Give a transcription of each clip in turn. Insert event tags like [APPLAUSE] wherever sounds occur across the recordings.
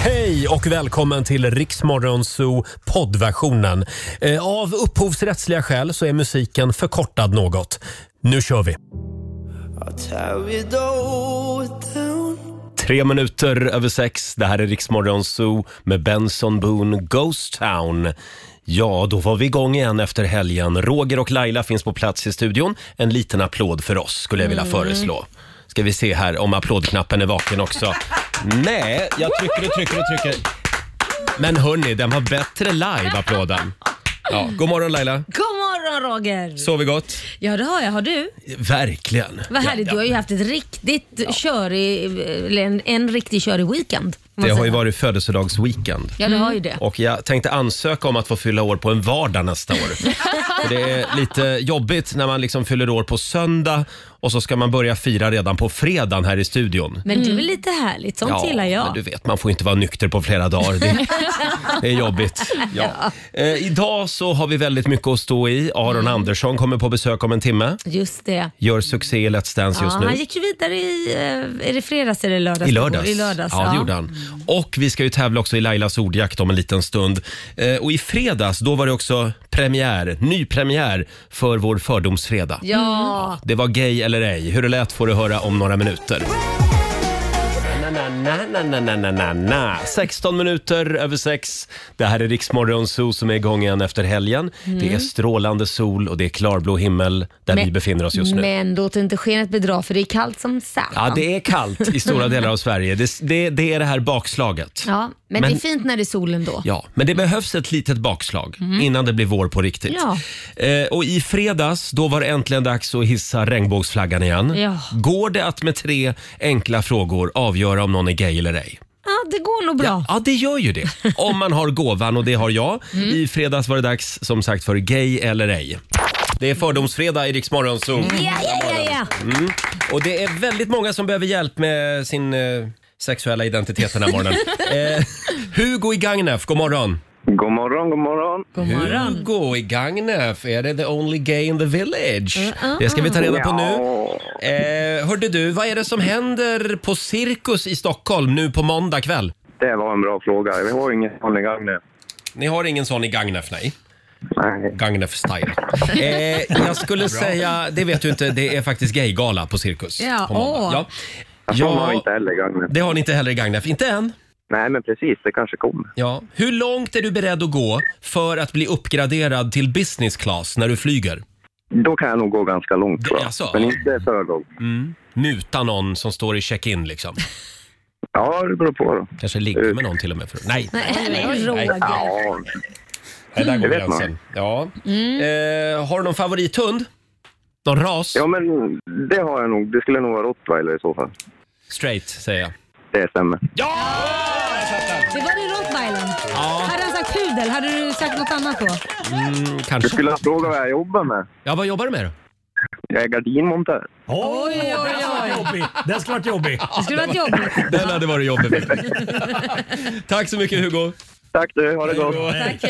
Hej och välkommen till Riksmorgonzoo poddversionen. Eh, Av upphovsrättsliga skäl så är musiken förkortad något. Nu kör vi! Tre minuter över sex. Det här är Riksmorgonzoo med Benson Boone Ghost Town. Ja, då var vi igång igen efter helgen. Roger och Laila finns på plats i studion. En liten applåd för oss skulle jag vilja Mm. föreslå. Ska vi se här om applådknappen är vaken [LAUGHS] också. Nej, jag trycker och trycker och trycker. Men hörni, den var bättre live, applåden. Ja, god morgon Laila. God morgon Roger! Sover gott? Ja det har jag, har du? Verkligen. Vad härligt, Ja, du ja. har ju haft ett riktigt körig, eller en, en riktig körig weekend. får man Det har ju säga. varit Mm. födelsedagsweekend. Ja det har ju det. Och jag tänkte ansöka om att få fylla år på en vardag nästa [LAUGHS] år. För det är lite jobbigt när man liksom fyller år på söndag och så ska man börja fira redan på fredagen här i studion. Men det är väl lite härligt, sånt Mm, gillar men jag. du vet, man får inte vara nykter på flera dagar. Det, det är [LAUGHS] jobbigt. Ja. Eh, idag så har vi väldigt mycket att stå i. Mm. Aron Andersson kommer på besök om en timme. Just det. Gör succé i Let's Dance Ja, just nu. han gick ju vidare i, eh, är det fredags eller lördags? I lördags. I lördags ja, det gjorde han. Och vi ska ju tävla också i Lailas ordjakt om en liten stund. Eh, och i fredags, då var det också premiär, ny premiär för vår fördomsfredag. Ja, Det var gay eller ej. Hur det lät får du höra om några minuter. Na, na, na, na, na, na, na, na. 16 minuter över sex. Det här är Riksmorgon Zoo som är igång igen efter helgen. Mm. Det är strålande sol och det är klarblå himmel där Men- vi befinner oss just nu. men låt inte skenet bedra för det är kallt som satan. Ja, det är kallt i [LAUGHS] stora delar av Sverige. Det, det, det är det här bakslaget. Ja, men, det Men- är fint när det är solen då. Ja, men det behövs ett litet bakslag innan det blir vår på riktigt. Mm. Ja. Eh, och i fredags, då var det äntligen dags att hissa regnbågsflaggan igen. Ja. Går det att med tre enkla frågor avgöra om någon är gay eller ej? Ja, det går nog bra. Ja, det gör ju [LAUGHS] det. Om man har gåvan och det har jag. Mm. I fredags var det dags som sagt för gay eller ej. Det är fördomsfredag i Rix Morgonzoo. Ja, ja, ja, ja. Och det är väldigt många som behöver hjälp med sin eh, sexuella identitet den här [LAUGHS] morgonen. eh, Hugo i Gagnef, god morgon. God morgon, god morgon. God morgon. Hugo i Gagnef, är det the only gay in the village? Mm, Det ska vi ta reda på nu. Eh, hörde du, vad är det som händer på Cirkus i Stockholm nu på måndag kväll? Det var en bra fråga. Vi har ingen vanlig gang nu. Ni har ingen sån i Gagnef, nej? Nej. Gagnef [LAUGHS] style. Eh, jag skulle säga, det vet du inte, det är faktiskt gaygala på Cirkus. Ja, på måndag. åh. ja. Ja. har ja inte heller gang nu. det har ni inte heller i Gagnef, inte än. Nej, men precis. Det kanske kommer. Ja. Hur långt är du beredd att gå för att bli uppgraderad till business class när du flyger? Då kan jag nog gå ganska långt, tror jag. Jaså? Men inte för långt. Muta Mm. någon som står i check-in liksom. Ja, det beror på. Då. Kanske ligga med någon till och med. För... Nej, Nej, men Roger. Ja, nej, där går Det vet man. gränsen. Ja. Eh, har du någon favorithund? Någon ras? ja, men det har jag nog. Det skulle nog vara rottweiler i så fall. Straight, säger jag. Det stämmer. Ja! Det var ju rottweilern. Ja, Hade han sagt pudel, hade du sagt något annat då? mm, Du kanske. skulle ha frågat vad jag jobbar med. Ja, vad jobbar du med då? Jag är gardinmontör. Oj, oj, oj. Den ska varit jobbig. Det skulle [LAUGHS] varit jobbigt. Den hade varit jobbig. Tack så mycket Hugo. Tack du, ha det gott. Tack,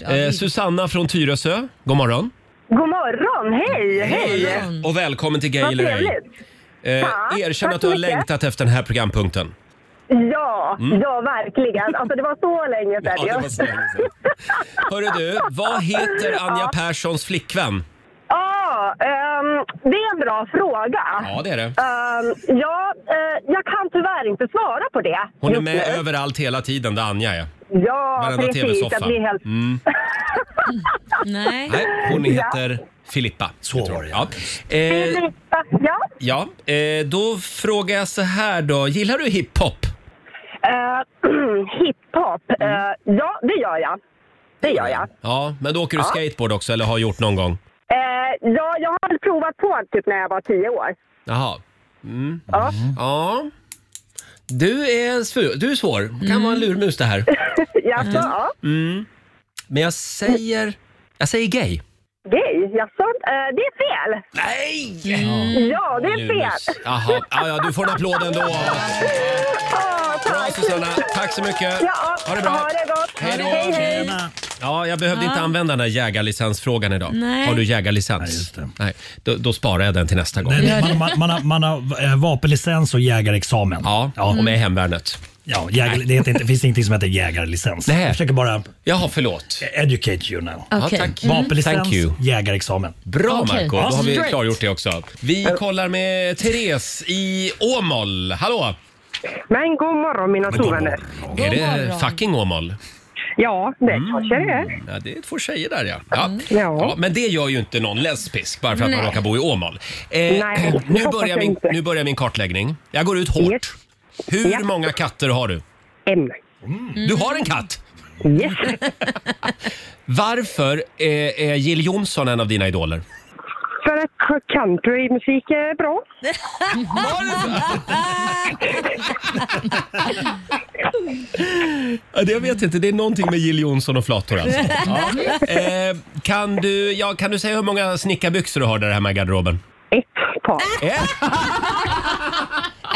hej. Eh, Susanna från Tyresö, god morgon. God morgon, hej! Hej! Och välkommen till Gay Vad eller ej. trevligt! Eh, Tack, erkänn tack att du har så mycket. längtat efter den här programpunkten. Ja, ja verkligen. Alltså det var så länge sedan. Mm. det var så länge sedan. Hörru du, vad heter Anja Perssons flickvän? Ja, ehm, det är en bra fråga. Ja, det är det. Ehm, ja, eh, jag kan tyvärr inte svara på det. Hon är just med nu. överallt hela tiden där Anja är. Ja, varenda precis. TV-soffa. Jag blir helt... Nej. Nej, hon heter Filippa. Så Jag tror var det, Ja. Eh, Ja, ja. Eh, då frågar jag så här då. Gillar du hiphop? eh, [CLEARS THROAT] hiphop. Mm. Eh, ja, det gör jag. Det gör jag. Ja, men då åker du skateboard också eller har gjort någon gång? Eh, ja, jag har provat på typ när jag var tio år. Jaha. Mm. Ja. Ja. Du är, svår. du är svår. Kan vara Mm. en lurmus det här. Jaså, ja. Men jag säger... Jag säger gay. Gay, jaså. Eh, det är fel. Nej! Mm. Ja, det är fel. Lurmus. Jaha. Ja, ja, du får en applåd ändå. Ja, Bra tack. Susanna. Tack så mycket. Ja, Ha det bra. Ha det gott. Hej då. Hej, hej. Tjena. Ja, jag behövde inte använda den här jägarlicensfrågan idag. Nej. Har du jägarlicens? Nej, just det. Nej, då, då sparar jag den till nästa gång. Nej, nej, man, man, man, har, man har eh, vapenlicens och jägarexamen. Ja, och med hemvärnet. Ja, jägar, det, heter inte, det finns ingenting som heter jägarlicens. Nej. Jag försöker bara Jaha, förlåt. educate you now. Ja, Okej. Mm. tack. Thank Vapenlicens, you. jägarexamen. Bra Okej. Marco, då har vi Straight. klargjort det också. Äh. Vi kollar med Therese i Åmål. Hallå! Men god morgon mina Men god sovvänner. morgon. Mm. God Är det morgon. fucking Åmål? Ja, det kanske det är. Ja, det är två tjejer där ja. Ja. Ja. ja. Men det gör ju inte någon lesbisk bara för att man Nej. råkar bo i Åmål. Eh, Nej, det nu, hoppas börjar jag min, inte. nu börjar min kartläggning. Jag går ut hårt. Yes. Hur Ja. många katter har du? En. Du har en katt! Yes. [LAUGHS] Varför eh, är, är Jill Johnson en av dina idoler? För att countrymusik är bra. Ja, det jag vet inte, det är någonting med Jill Johnson och flator alltså. Ja. Eh, kan, du, ja, kan du säga hur många snickarbyxor du har där hemma i garderoben? Ett par. Eh?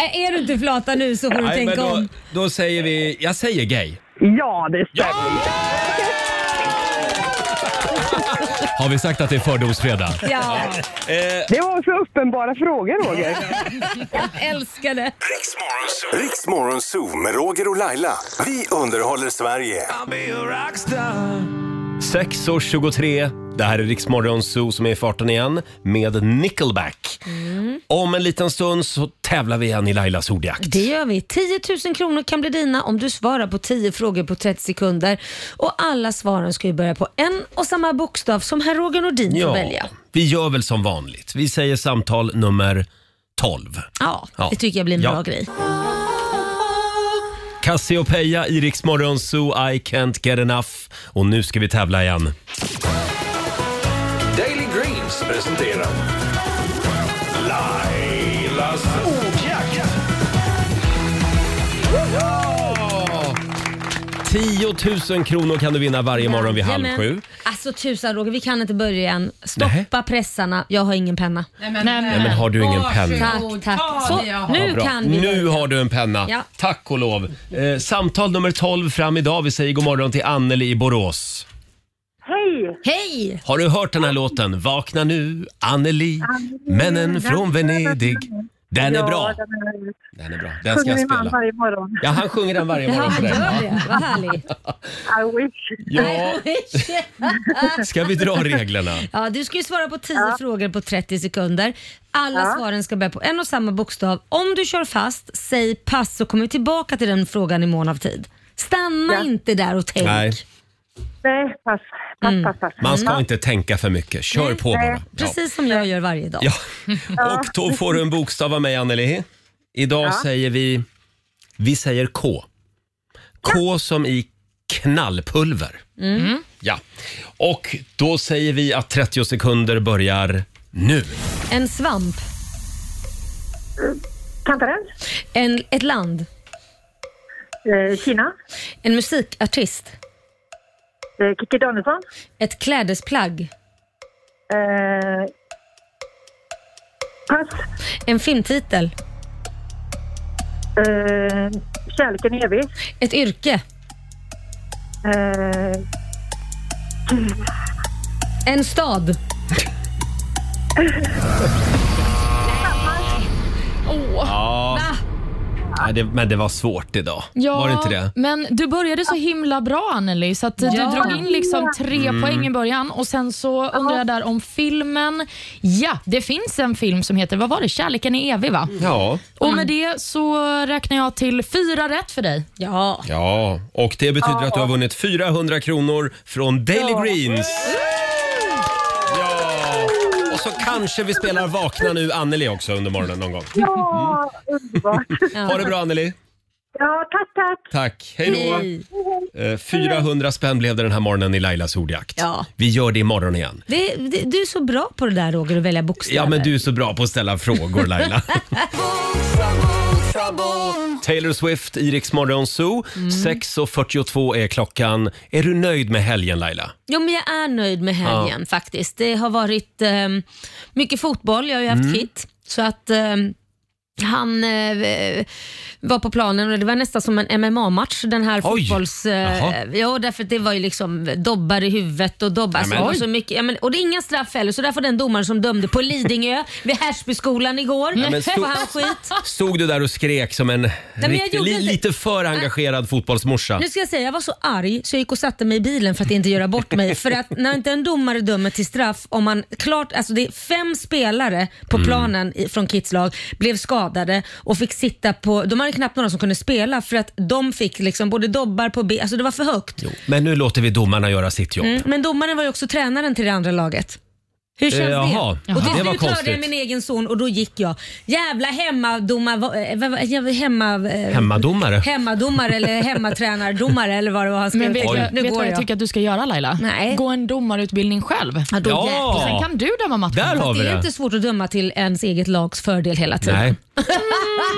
Äh, är du inte flata nu så får du Nej, men tänka då, om. då säger vi, jag säger gay. Ja, det stämmer. Har vi sagt att det är fördomsfredag? Ja, Det var så uppenbara [LAUGHS] frågor, Roger. älskar det. Riks Morgonzoo med Roger och Laila. Vi underhåller Sverige. 6.23, det här är Riksmorgon Zoo som är i farten igen med Nickelback. Om en liten stund så tävlar vi igen i Lailas ordjakt. Det gör vi. 10 000 kronor kan bli dina om du svarar på 10 frågor på 30 sekunder. Och alla svaren ska ju börja på en och samma bokstav som herr Roger Nordin får välja. vi gör väl som vanligt. Vi säger samtal nummer 12. Ja, Ja. det tycker jag blir en Ja. bra grej. Cassiopeia i Riksmorgon Zoo, I can't get enough. Och nu ska vi tävla igen. Daily Greens presenterar Lailas ordjakt. 10 000 kronor kan du vinna varje morgon vid halv Jajamän. sju. Alltså tusan Roger, vi kan inte börja än. Stoppa pressarna, jag har ingen penna. Nej men, Nej, men har du ingen penna? Tack, tack. Så, nu Bra. kan vi. Nu har du en penna. Ja. Tack och lov. Eh, samtal nummer 12 fram idag. Vi säger god morgon till Anneli i Borås. Hej! Hej! Har du hört den här låten? Vakna nu, Anneli, männen från Venedig. Den är bra. Den är bra. Den ska jag spela. varje morgon. Ja, han sjunger den varje morgon för dig. Gör det, vad härligt. I wish. Ja, ska vi dra reglerna? Ja, du ska ju svara på 10 frågor på 30 sekunder. Alla svaren ska börja på en och samma bokstav. Om du kör fast, säg pass så kommer vi tillbaka till den frågan i mån av tid. Stanna inte där och tänk. Nej, Nej, Eh, pass. Pass, pass, pass. man ska inte tänka för mycket. Kör på bara. Ja. Precis som jag gör varje dag. Ja. Och då får du en bokstav av mig, Anneli. Idag säger vi... Vi säger K. K som i knallpulver. Ja. Och då säger vi att 30 sekunder börjar nu. En svamp, Kantarell. en, ett land, Eh, Kina. en musikartist, Eh, Kikki Danielsson. ett klädesplagg, Eh, pass. en filmtitel, Eh, kärleken är evig. ett yrke, Eh, en stad. Nej, det, men det var svårt idag. Var det inte det? men du började så himla bra Anneli, så att eh, du drog in liksom tre Mm. poäng i början och sen så undrar jag där om filmen. Ja, det finns en film som heter, vad var det, Kärleken är evig va? Mm. Ja. Och med det så räknar jag till fyra rätt för dig. Ja, ja. Och det betyder att du har vunnit 400 kronor från Daily Greens. Ja. Och så kanske vi spelar Vakna nu, Anneli också under morgonen någon gång. Mm. ja, underbart. Ha det bra Anneli. Ja, tack, tack. Tack, hej då. Hej. Eh, 400 spänn blev det den här morgonen i Lailas ordjakt. Ja. Vi gör det imorgon igen. Det, det, du är så bra på det där Roger, att välja bokstäver. Ja, men du är så bra på att ställa frågor Laila. Taylor Swift, Iriks morgonzoo. 6.42 är klockan. Är du nöjd med helgen Laila? Jo, men jag är nöjd med helgen faktiskt. Det har varit ehm, Mm. mycket fotboll. Jag har ju haft hit. Så att ehm, han eh, var på planen och det var nästan som en MMA-match den här Oj. fotbolls... Jaha. Eh, ja, därför att det var ju liksom dobbar i huvudet och dobbar. Alltså, det Nämen. var Oj. så mycket, ja, men, och det är inga straff heller, så där får den domaren som dömde på Lidingö vid Härsbyskolan igår, Ja, [LAUGHS] men får stor- han skit. Stod du där och skrek som en men jag riktig, gjorde li, inte- Ah. lite för engagerad fotbollsmorsa? Nu ska jag säga, jag var så arg så jag gick och satte mig i bilen för att inte göra bort mig. För att när inte en domare dömer till straff, om man klart, alltså det är fem spelare på Mm. planen i, från Kits lag blev skadade och fick sitta på, de hade knappt några som kunde spela för att de fick liksom både dobbar på ben, alltså det var för högt. Men nu låter vi domarna göra sitt jobb. Mm, men domaren var ju också tränaren till det andra laget. Hur känns Eh, det? jaha. Och Jaha. Det till var slut hörde jag konstigt. min egen son och då gick jag. Jävla hemmadomar... eh, vad- vad- jag- Hemma... eh, Hemmadomare. hemmadomare eller hemmatränardomare eller vad det var han skrev. Men vet, till. jag, nu vet går vad jag jag. tycker att du ska göra Laila? Nej. Gå en domarutbildning själv. Ja, då Ja. jäklar. Sen kan du döma matchen. Där har vi Det är det. inte svårt att döma till ens eget lags fördel hela tiden. [LAUGHS] Nej.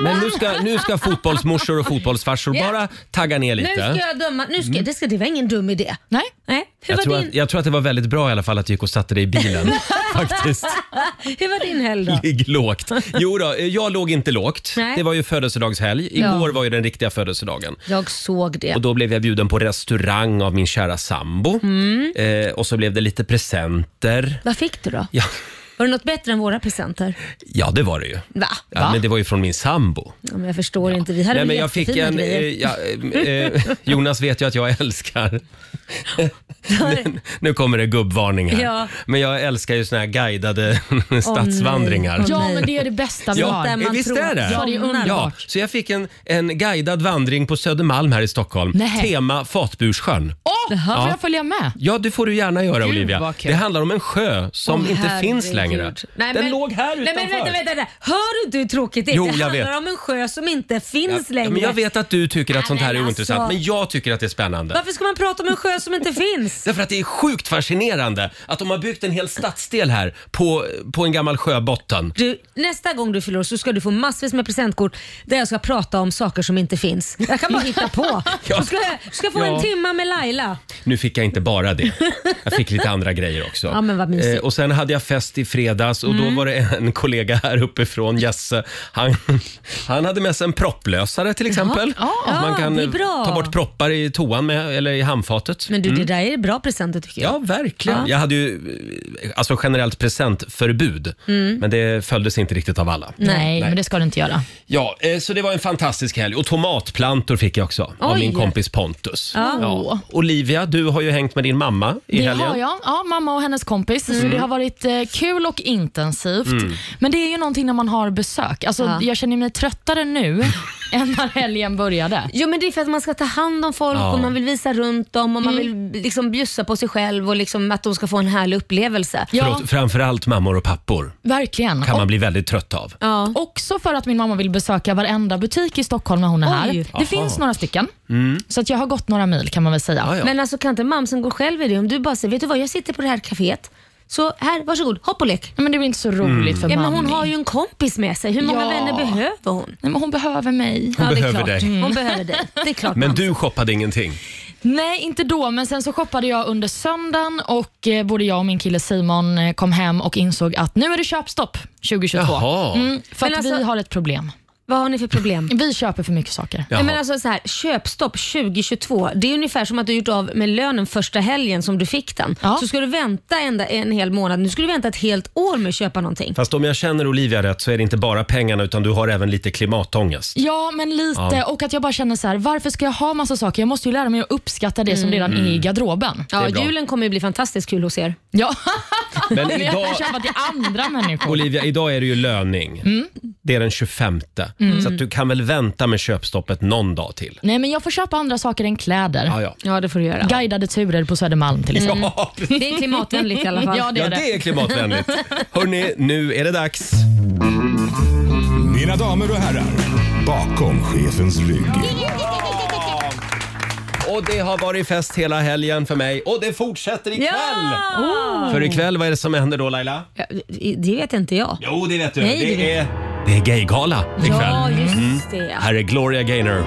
Men nu ska, nu ska fotbollsmorsor och fotbollsfarsor Ja. bara tagga ner Nu ska lite. jag döma. Nu ska, det, ska, det var ingen dum idé. Nej. Nej. Hur, Mm. Jag tror, var din, att, jag tror att det var väldigt bra i alla fall att du gick och satte dig i [LAUGHS] bilen. Faktiskt. hur var din [LAUGHS] helg då? Ligg lågt. Jo då, eh, jag låg inte lågt. Nej. Det var ju födelsedagshelg. Igår var ju den riktiga födelsedagen. Jag såg det. Och då blev jag bjuden på restaurang av min kära sambo. Mm. Eh, och så blev det lite presenter. Vad fick du då? Ja, Var det något bättre än våra presenter? ja det var det ju. Va? Ja, men det var ju från min sambo. Ja, men jag förstår inte. Vi hade Nej, väl men jag fick jättefina en, eh, grejer. ja, eh, Jonas vet ju att jag älskar... nu, nu kommer det gubbvarning här. Ja. Men jag älskar ju såna här guidade stadsvandringar. Åh, Ja, nej. men det är det bästa vi Ja, har. där eh, man visst tror är att det? Ja, det är underbart. Ja, så jag fick en, en guidad vandring på Södermalm här i Stockholm. Nej. Tema Fatburssjön. Åh, får Ja. jag följa med? Ja, det får du gärna göra Gud, Olivia. vad kul. Det handlar om en sjö som Åh, inte finns herregud. längre. Nej, Den men- låg här Nej, utanför. men vänta, vänta, vänta. Hör du inte hur tråkigt det är? Jo, det jag handlar vet. om en sjö som inte Ja, finns längre. men jag vet att du tycker att Nej, sånt här är men alltså. ointressant, men jag tycker att det är spännande. Varför ska man prata om en sjö som inte finns? Därför att det är sjukt fascinerande att de har byggt en hel stadsdel här på, på en gammal sjöbotten. Du, nästa gång du fyller år så ska du få massvis med presentkort där jag ska prata om saker som inte finns. Jag kan bara hitta på. Du ska, du ska få Ja. en timma med Laila. Nu fick jag inte bara det. Jag fick lite andra grejer också. Eh, Ja, men vad mysigt. Mm. och sen hade jag fest i fredags och då var det en kollega här uppifrån, Jesse. Han, han hade med sig en propplösare till exempel. Ja. Man kan det är bra. ta bort proppar i toan med, eller i handfatet. Men du, det där är bra presenter tycker jag. Mm. Ja, verkligen. Jag hade ju eh, alltså generellt presentförbud, Mm. men det följdes inte riktigt av alla. Nej, men det ska du inte göra. Ja, eh, så det var en fantastisk helg. Och tomatplantor fick jag också av Oj. min kompis Pontus. Ja. Olivia, du har ju hängt med din mamma i det helgen. Mm. har jag. Ja, mamma och hennes kompis. Så det har varit eh, kul och intensivt. Men det är ju någonting när man har besök. Alltså, Ja. Jag känner mig [LAUGHS] tröttare nu än när helgen började. Jo men det är för att man ska ta hand om folk Ja. och man vill visa runt dem och man vill liksom bjussa på sig själv och liksom att de ska få en härlig upplevelse. Ja, Förlåt, framförallt mammor och pappor verkligen. kan Och man bli väldigt trött av. Ja. Också för att min mamma vill besöka varenda butik i Stockholm när hon är Oj. här. Det Jaha. Mm. finns några stycken, så att jag har gått några mil kan man väl säga. Ja, ja. Men alltså kan inte mamsen gå själv i det? Om du bara säger, vet du vad, jag sitter på det här kaféet. Så här, varsågod, hopp och lek. Nej, Men det blir inte så roligt Mm. för Ja, men mamma. hon har ju en kompis med sig. Hur många Ja. vänner behöver hon? Nej, men hon behöver mig. Hon ja, det behöver är klart. Mm. dig. Hon behöver dig. Det är klart Men mamsen. du shoppade ingenting. Nej, inte då, men sen så shoppade jag under söndagen och eh, både jag och min kille Simon eh, kom hem och insåg att nu är det köpstopp 2022. Jaha. Mm, för Men att vi alltså- har ett problem. Vad har ni för problem? Vi köper för mycket saker. Jaha. Nej, men alltså så här, köpstopp 2022, det är ungefär som att du gjort av med lönen första helgen som du fick den. Ja. Så ska du vänta ända en hel månad. Nu ska du vänta ett helt år med att köpa någonting. Fast om jag känner Olivia rätt så är det inte bara pengarna utan du har även lite klimatångest. Ja, men lite. Ja. Och att jag bara känner så här, varför ska jag ha massa saker? Jag måste ju lära mig att uppskatta det som redan är i garderoben. Ja, bra. julen kommer ju bli fantastiskt kul hos er. Ja, Men [LAUGHS] men jag idag, kan köpa till andra människor. Olivia, idag är det ju löning. Det är den 25. Mm. Så att du kan väl vänta med köpstoppet någon dag till. Nej, men jag får köpa andra saker än kläder. Ja, ja. Ja, det får du göra. Guidade turer på Södermalm till Mm. exempel. Ja, Det är klimatvänligt i alla [LAUGHS] fall. Ja, det Ja, är det. det är [LAUGHS] klimatvänligt. Hörni, nu är det dags. Mina damer och herrar, bakom chefens rygg. Och det har varit fest hela helgen för mig och det fortsätter ikväll! Ja! För ikväll, vad är det som händer då Laila? Ja, det- Det vet inte jag. Jo, det vet du. Nej, det det, vet är, det är gaygala ikväll. Ja, just det. Här är Gloria Gaynor.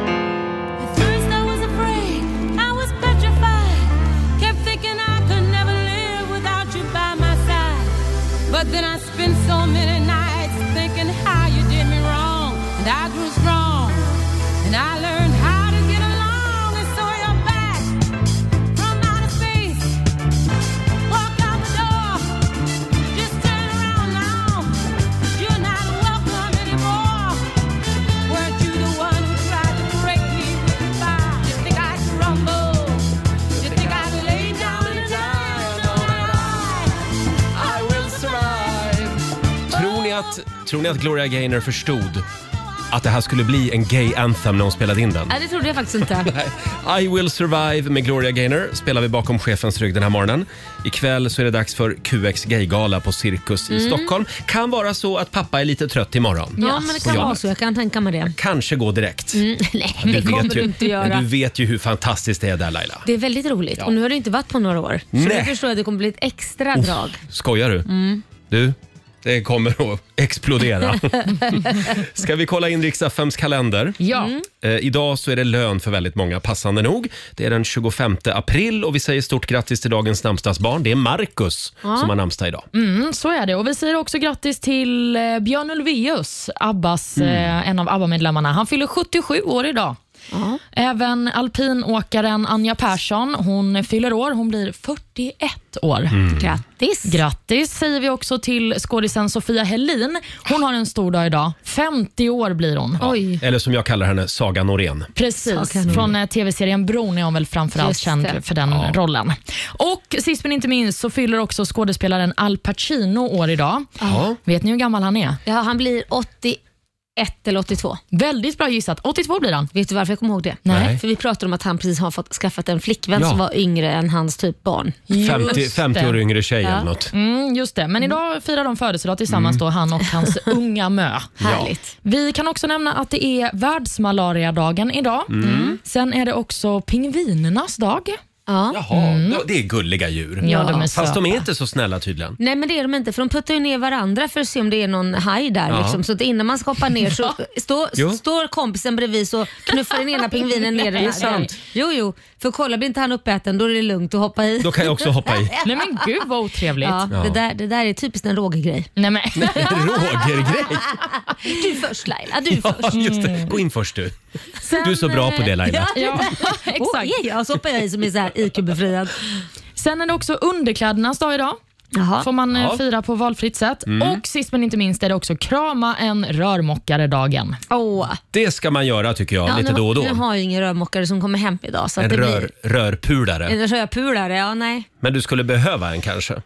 I learned how to get along and saw your back from outer space. Walk out the door, just turn around now. You're not welcome anymore. Weren't you the one who tried to break me with your fire? You think I'd crumble? You think I'd lay down and die? No, I, I will survive. Tror ni att, tror ni att Gloria Gaynor förstod att det här skulle bli en gay anthem när hon spelade in den? Nej, det trodde jag [LAUGHS] faktiskt inte. Nej. I will survive med Gloria Gaynor spelar vi bakom chefens rygg den här morgonen. Ikväll så är det dags för QX gaygala på Cirkus i Stockholm. Kan vara så att pappa är lite trött imorgon. Mm. Ja, men det kan Ja. vara så. Jag kan tänka mig det. Mm. Kanske gå direkt. Nej, Du det kommer vet ju- du inte Men göra. du vet ju hur fantastiskt det är där Laila. Det är väldigt roligt och nu har det inte varit på några år. Så Nej. nu förstår jag att det kommer bli ett extra drag. Skojar du? Mm. Du, det kommer att explodera. [LAUGHS] Ska vi kolla in riks kalender? Ja. Eh, idag så är det lön för väldigt många, passande nog. Det är den 25 april och vi säger stort grattis till dagens namnsdagsbarn. Det är Marcus som har namnsdag idag. Mm, så är det. Och Vi säger också grattis till eh, Björn Ulvaeus, Abbas, eh, en av ABBA-medlemmarna. Han fyller 77 år idag. Även alpinåkaren Anja Persson hon fyller år. Hon blir 41 år. Mm. Mm. Grattis! Grattis säger vi också till skådisen Sofia Helin. Hon har en stor dag idag. 50 år blir hon. Oj. Eller som jag kallar henne, Saga Norén. Precis, Sagan om- från eh, tv-serien Bron är hon väl framförallt Just känd det. för den rollen. Och sist men inte minst så fyller också skådespelaren Al Pacino år idag. Ja. Vet ni hur gammal han är? Ja, han blir 81 eller 82. Väldigt bra gissat. 82 blir han. Vet du varför jag kommer ihåg det? Nej. För vi pratade om att han precis har fått skaffat en flickvän Ja. som var yngre än hans typ barn. 50, 50 år det. yngre tjej eller något. Mm, just det. Men idag firar de födelsedag Mm. tillsammans, då, han och [LAUGHS] hans unga mö. Härligt. Vi kan också nämna att det är världsmalariadagen idag. Mm. Sen är det också pingvinernas dag. Ja. Jaha, ja, det är gulliga djur. Ja, de är Fast de är söta. inte så snälla tydligen. Nej men det är de inte för de puttar ju ner varandra för att se om det är någon haj där. Ja. Liksom. Så att innan man ska hoppa ner så stå, Jo. står kompisen bredvid så knuffar den ena pingvinen ner den Det är andra. sant. Jo, jo. För kolla blir inte han uppäten då är det lugnt att hoppa i. Då kan jag också hoppa [LAUGHS] i. Nej men gud vad otrevligt. Ja, [LAUGHS] Ja. Det, där, det där är typiskt en Roger-grej. [LAUGHS] Nej, men. [LAUGHS] Roger-grej! Du först Laila, du Ja, först. just det. Gå in först du. Du är så bra på det Laila. [LAUGHS] Ja, Åh, exakt. ja, så hoppar jag i som är så här IQ-befriad. Sen är det också underklädernas dag idag. Jaha. Får man eh, Ja. Mm. fira på valfritt sätt. Och sist men inte minst är det också krama en rörmokare-dagen. Åh. Det ska man göra tycker jag, Ja, lite nu, då och Nu då. har jag ingen rörmokare som kommer hem idag. Så att En det rör, blir rörpulare. en rödpulare, ja nej. Men du skulle behöva en kanske?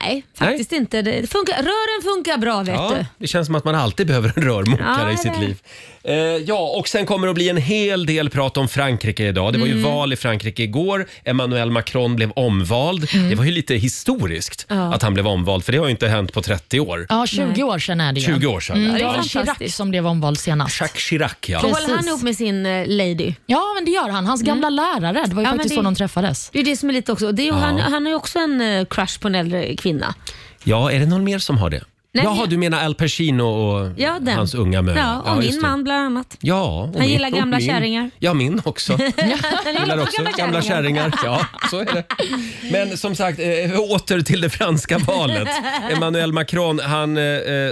Nej, faktiskt inte. Det funkar, rören funkar bra vet Ja, du. det känns som att man alltid behöver en rörmokare Ja, i sitt det- liv. Eh, ja, och sen kommer det att bli en hel del prat om Frankrike idag. Det var Mm. ju val i Frankrike igår. Emmanuel Macron blev omvald. Mm. Det var ju lite historiskt att han blev omvald, för det har ju inte hänt på 30 år. Ja, 20 år sedan är det ju. 20 år sedan. Mm, Ja, det det är var Chirac fantastiskt. som blev omvald senast. Jacques Chirac, Då ja. Precis. håller han ihop med sin eh, lady. Ja, men det gör han. Hans gamla lärare. Det var ju Ja, men faktiskt det- så de träffades. Det är det som är lite också. Det är, ju- han, han har ju också en eh, crush på en äldre kvinna. Ja, är det någon mer som har det? Nej, Jaha, jag- du menar Al Pacino och Ja, den. hans unga mö? Ja, och min just det. man bland annat. Ja, och Han gillar och gamla kärringar. Ja, min [LAUGHS] också. gillar också också gamla gamla kärringar. [LAUGHS] Ja, så är det. Men som sagt, eh, åter till det franska [LAUGHS] valet. Emmanuel Macron, han eh, eh,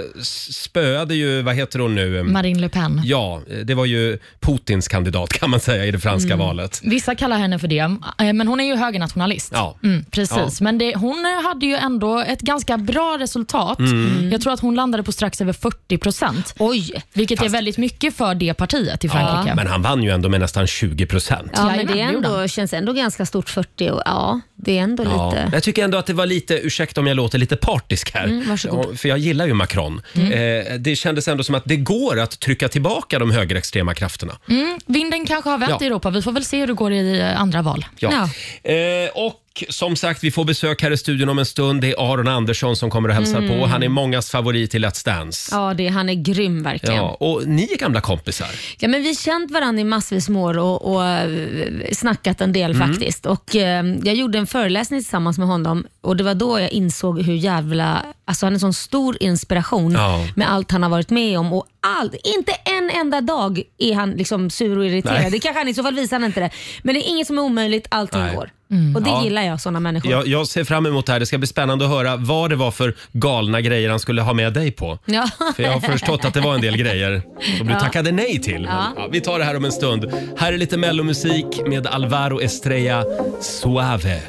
spöade ju, vad heter hon nu? Marine Le Pen. Ja, eh, det var ju Putins kandidat kan man säga i det franska Mm. valet. Vissa kallar henne för det, eh, men hon är ju högernationalist. Ja. Mm, precis, Ja. men det, hon eh, hade ju ändå ett ganska bra resultat. Mm. Jag tror att hon landade på strax över 40 procent, Oj! vilket är väldigt mycket för det partiet i Frankrike. Ja, men han vann ju ändå med nästan 20 procent. Ja, men Jajamän, det det är gjorde ändå, känns ändå ganska stort 40 och ja, det är ändå Ja. lite... Jag tycker ändå att det var lite, ursäkta om jag låter lite partisk här, Mm, Ja, för jag gillar ju Macron. Eh, det kändes ändå som att det går att trycka tillbaka de högerextrema krafterna. Mm, Vinden kanske har vänt Ja. i Europa. Vi får väl se hur det går i eh, andra val. Ja. Eh, och som sagt, vi får besök här i studion om en stund. Det är Aron Andersson som kommer och hälsar på. Han är mångas favorit i Let's Dance. Mm. Ja, det, han är grym verkligen. Ja, och ni är gamla kompisar. Ja, men vi har känt varandra i massvis med år Mm. och, och eh, snackat en del faktiskt. Och, eh, jag gjorde en föreläsning tillsammans med honom och det var då jag insåg hur jävla, alltså han är en sån stor inspiration Ja. med allt han har varit med om och allt, inte en enda dag är han liksom sur och irriterad. Nej. Det kanske han är, i så fall visar han inte det. Men det är inget som är omöjligt, allting Nej. går. Och det Ja. gillar jag, sådana människor. Jag, jag ser fram emot det här. Det ska bli spännande att höra vad det var för galna grejer han skulle ha med dig på. Ja. För jag har förstått att det var en del grejer som du Ja. tackade nej till. Ja. Ja, vi tar det här om en stund. Här är lite mellomusik med Alvaro Estrella, Suave.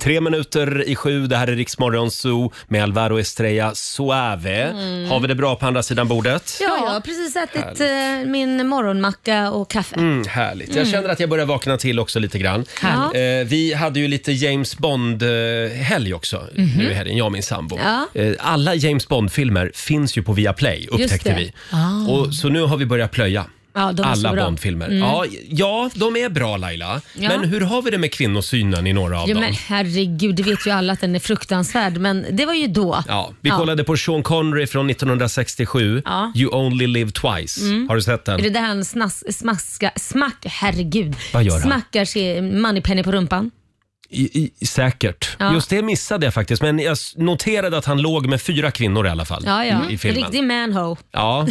Tre minuter i sju, det här är Riksmorgon Zoo med Alvaro Estrella, Suave. Mm. Har vi det bra på andra sidan bordet? [LAUGHS] Ja, jag har precis ätit eh, min morgonmacka och kaffe. Mm, härligt. Jag känner att jag börjar vakna till också lite grann. Härligt. Eh, vi hade ju lite James Bond-helg också nu i helgen, jag och min sambo. Mhm. Ja. Eh, alla James Bond-filmer finns ju på Viaplay, upptäckte det. Ah. vi. Och, så nu har vi börjat plöja. Ja, de är så Alla bra. Mm. Bond-filmer. Ja, ja, de är bra Laila. Ja. Men hur har vi det med kvinnosynen i några av Ja, dem? men herregud, det vet ju alla att den är fruktansvärd, men det var ju då. Ja, vi kollade på Sean Connery från 1967, Ja. Mm. You only live twice. Har du sett den? Är det där han snas, smaska, smack, herregud, Vad gör han? smackar sig Moneypenny på rumpan? I, i, säkert. Ja. Just det missade jag faktiskt, men jag s- noterade att han låg med fyra kvinnor i alla fall Ja, ja. i- Mm, i En filmen. riktig manho. [LAUGHS] Ja,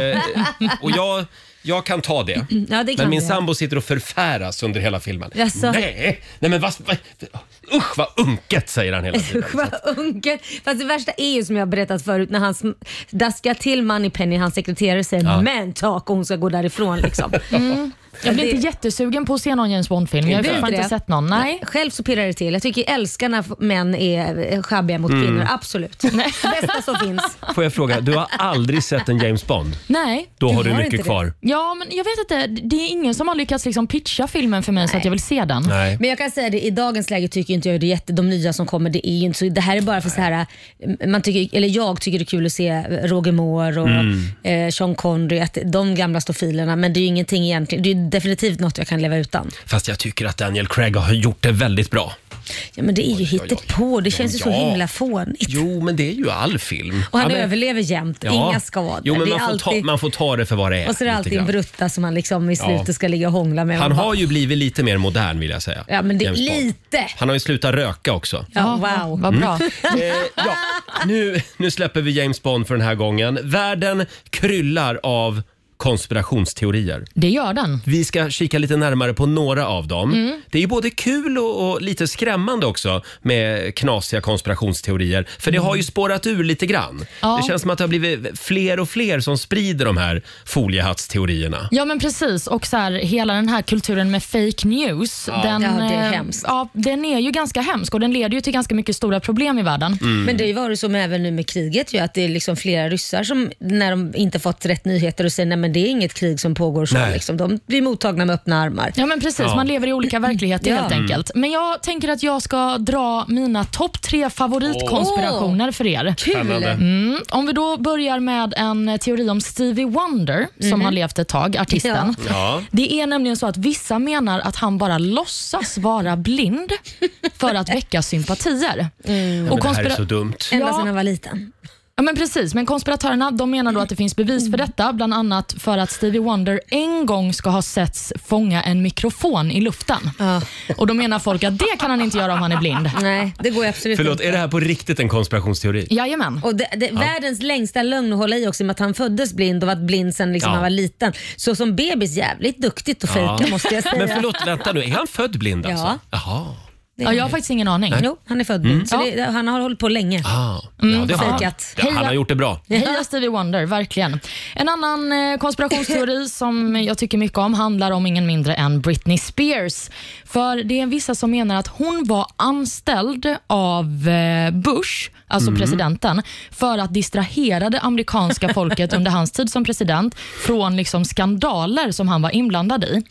eh, och jag, jag kan ta det. Ja, det kan Men min du. sambo sitter och förfäras under hela filmen. Jaså? Nej, nej men vad, vad, usch vad unket säger han hela tiden. Usch [LAUGHS] vad unket. Fast det värsta är ju som jag har berättat förut när han sm- daskar till Moneypenny, hans sekreterare säger Ja. Mm. men tak och hon ska gå därifrån liksom. [LAUGHS] Jag blir inte jättesugen på att se någon James Bond-film. Jag har Inte? fortfarande inte Inte det? sett någon. Nej. Själv så pirrar det till. Jag tycker älskar när f- män är eh, sjabbiga mot Mm. kvinnor, [LAUGHS] absolut. Bästa som finns. Får jag fråga, du har aldrig sett en James Bond? Nej. Då har du har inte mycket det. kvar. Ja, men jag vet inte. Det är ingen som har lyckats liksom pitcha filmen för mig så att jag vill se den. Nej. Men jag kan säga det, i dagens läge tycker inte jag det är jätte, de nya som kommer, det är ju inte så, det här är bara för så här, eh, man tycker, eller jag tycker det är kul att se Roger Moore och Mm. eh, Sean Connery, att de gamla stofilerna, men det är ju ingenting egentligen, det är ju definitivt något jag kan leva utan. Fast jag tycker att Daniel Craig har gjort det väldigt bra. Ja men det är ju Oj, oj, oj. hittepå, det Ja, känns ju så ja. himla fånigt. Jo, men det är ju all film. Och han Ja, men- överlever jämt, Ja. inga skador. Jo, men det man, är får alltid, ta, man får ta det för vad det är. och så är det lite alltid en grann. brutta som man liksom i slutet Ja. ska ligga och hångla med. Han Och bara- har ju blivit lite mer modern vill jag säga. Ja men det är James Bond. lite. Han har ju slutat röka [LAUGHS] också. Ja, vad- wow. Vad bra. Eh, ja, nu, nu släpper vi James Bond för den här gången. Världen kryllar av konspirationsteorier. Det gör den. Vi ska kika lite närmare på några av dem. Mm. Det är ju både kul och, och lite skrämmande också med knasiga konspirationsteorier. För det har ju spårat ur lite grann. Ja. Det känns som att det har blivit fler och fler som sprider de här foliehattsteorierna. Ja men precis och så här, hela den här kulturen med fake news. Den, Ja, det är eh, hemskt. Ja, den är ju ganska hemsk och den leder ju till ganska mycket stora problem i världen. Mm. Men det har ju varit som även nu med kriget ju, att det är liksom flera ryssar som när de inte fått rätt nyheter och säger nej men det är inget krig som pågår så. Nej. Liksom. De blir mottagna med öppna armar. Ja men precis, Ja. Mm. man lever i olika verkligheter Ja. helt enkelt. Men jag tänker att jag ska dra mina topp tre favoritkonspirationer för er. Typ. Spännande. Mm. Om vi då börjar med en teori om Stevie Wonder som har levt ett tag, artisten. Mhm. Ja. Det är nämligen så att vissa menar att han bara låtsas vara blind för att väcka sympatier. Mm. Men det här är konspira- så dumt. Ända Ja. sedan han var liten. Ja, men precis, men konspiratörerna de menar då att det finns bevis för detta, bland annat för att Stevie Wonder en gång ska ha setts fånga en mikrofon i luften. Och då menar folk att det kan han inte göra om han är blind. Nej, det går ju absolut Förlåt, inte. är det här på riktigt en konspirationsteori? Jajamän. Och det, det, Världens längsta lögn att hålla i också i och med att han föddes blind och varit blind sedan liksom Ja. han var liten. Så som bebis jävligt duktigt att fejka måste jag säga. Men förlåt, vänta nu. Är han född blind alltså? Ja. Jaha. Ja, jag har faktiskt ingen aning. Jo, han är född blind. Så det, han har hållit på länge. Mm. Ah. Mm, ja, det har han. Fejkat. Ja, han har gjort det bra. Heja Stevie Wonder, verkligen. En annan eh, konspirationsteori som jag tycker mycket om handlar om ingen mindre än Britney Spears. För det är vissa som menar att hon var anställd av eh, Bush, alltså presidenten, för att distrahera det amerikanska folket under hans tid som president från liksom skandaler som han var inblandad i.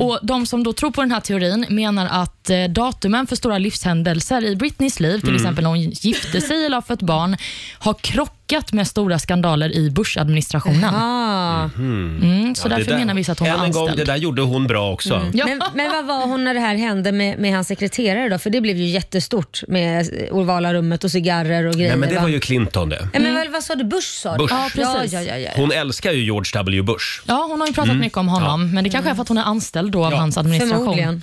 Och De som då tror på den här teorin menar att eh, datumen för stora livshändelser i Britneys liv, till exempel när hon gifte sig eller har fött barn, har krockat med stora skandaler i Bush-administrationen. Ah. Mm, så Ja, det därför där- menar vissa att hon Än var en gång, det anställd. där gjorde hon bra också. Ja. Men, men vad var hon när det här hände med, med hans sekreterare då? För det blev ju jättestort med eh, ovala rummet och cigarrer och grejer. Nej, men det va? var ju Clinton det. Nej, men vad, vad sa du? Bush sa du? Bush. Ja, precis. Ja, ja, ja, ja. Hon älskar ju George W Bush. Mm. Ja, hon har ju pratat mycket om honom, men det kanske är för att hon är anställd då av hans administration. Förmodligen.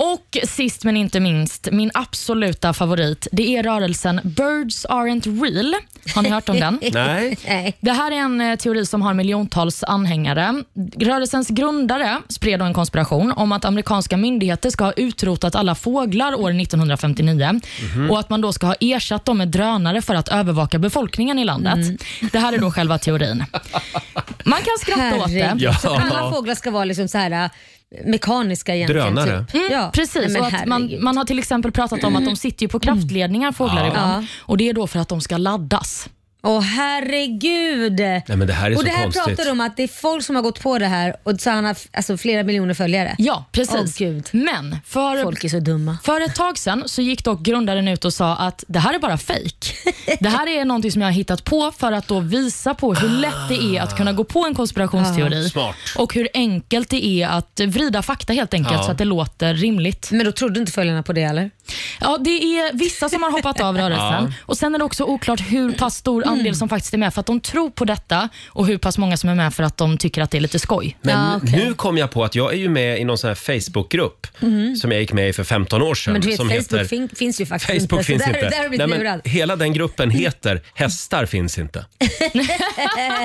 Och sist men inte minst, min absoluta favorit, det är rörelsen Birds aren't real. Har [LAUGHS] ni hört om den? Nej. Nej. Det här är en eh, teori som har miljontals anhängare. Rörelsens grundare spred då en konspiration om att amerikanska myndigheter ska ha utrotat alla fåglar år 1959 Mhm. och att man då ska ha ersatt dem med drönare för att övervaka befolkningen i landet. Mm. Det här är då själva teorin. Man kan skratta åt det. Herregud. Ja. Så alla fåglar ska vara liksom så här eh, mekaniska egentligen. Drönare. Typ. ja. Nej, Mm, Precis, men och att man, herregud. Mm. man har till exempel pratat om att de sitter ju på kraftledningar, fåglar ibland, Ja. och det är då för att de ska laddas. Åh herregud! Nej, men det här är och så det här konstigt. pratar om att det är folk som har gått på det här och så han har f- alltså, flera miljoner följare. Ja, precis. Åh, Gud. Men för Folk är så dumma. För ett tag sedan så gick dock grundaren ut och sa att det här är bara fejk. Det här är någonting som jag har hittat på för att då visa på hur lätt det är att kunna gå på en konspirationsteori Smart. och hur enkelt det är att vrida fakta helt enkelt Ja. så att det låter rimligt. Men då trodde inte följarna på det eller? Ja, det är vissa som har hoppat av rörelsen och sen är det också oklart hur pass stor Mm. andel som faktiskt är med för att de tror på detta och hur pass många som är med för att de tycker att det är lite skoj. Men Ja, okej. nu kom jag på att jag är ju med i någon sån här Facebookgrupp som jag gick med i för 15 år sedan. Mm-hmm. Men du vet, som Facebook fin- finns ju faktiskt inte. Facebook så finns där, inte. Där har du Nej, blivit men lurad. hela den gruppen heter Hästar finns [LAUGHS] inte.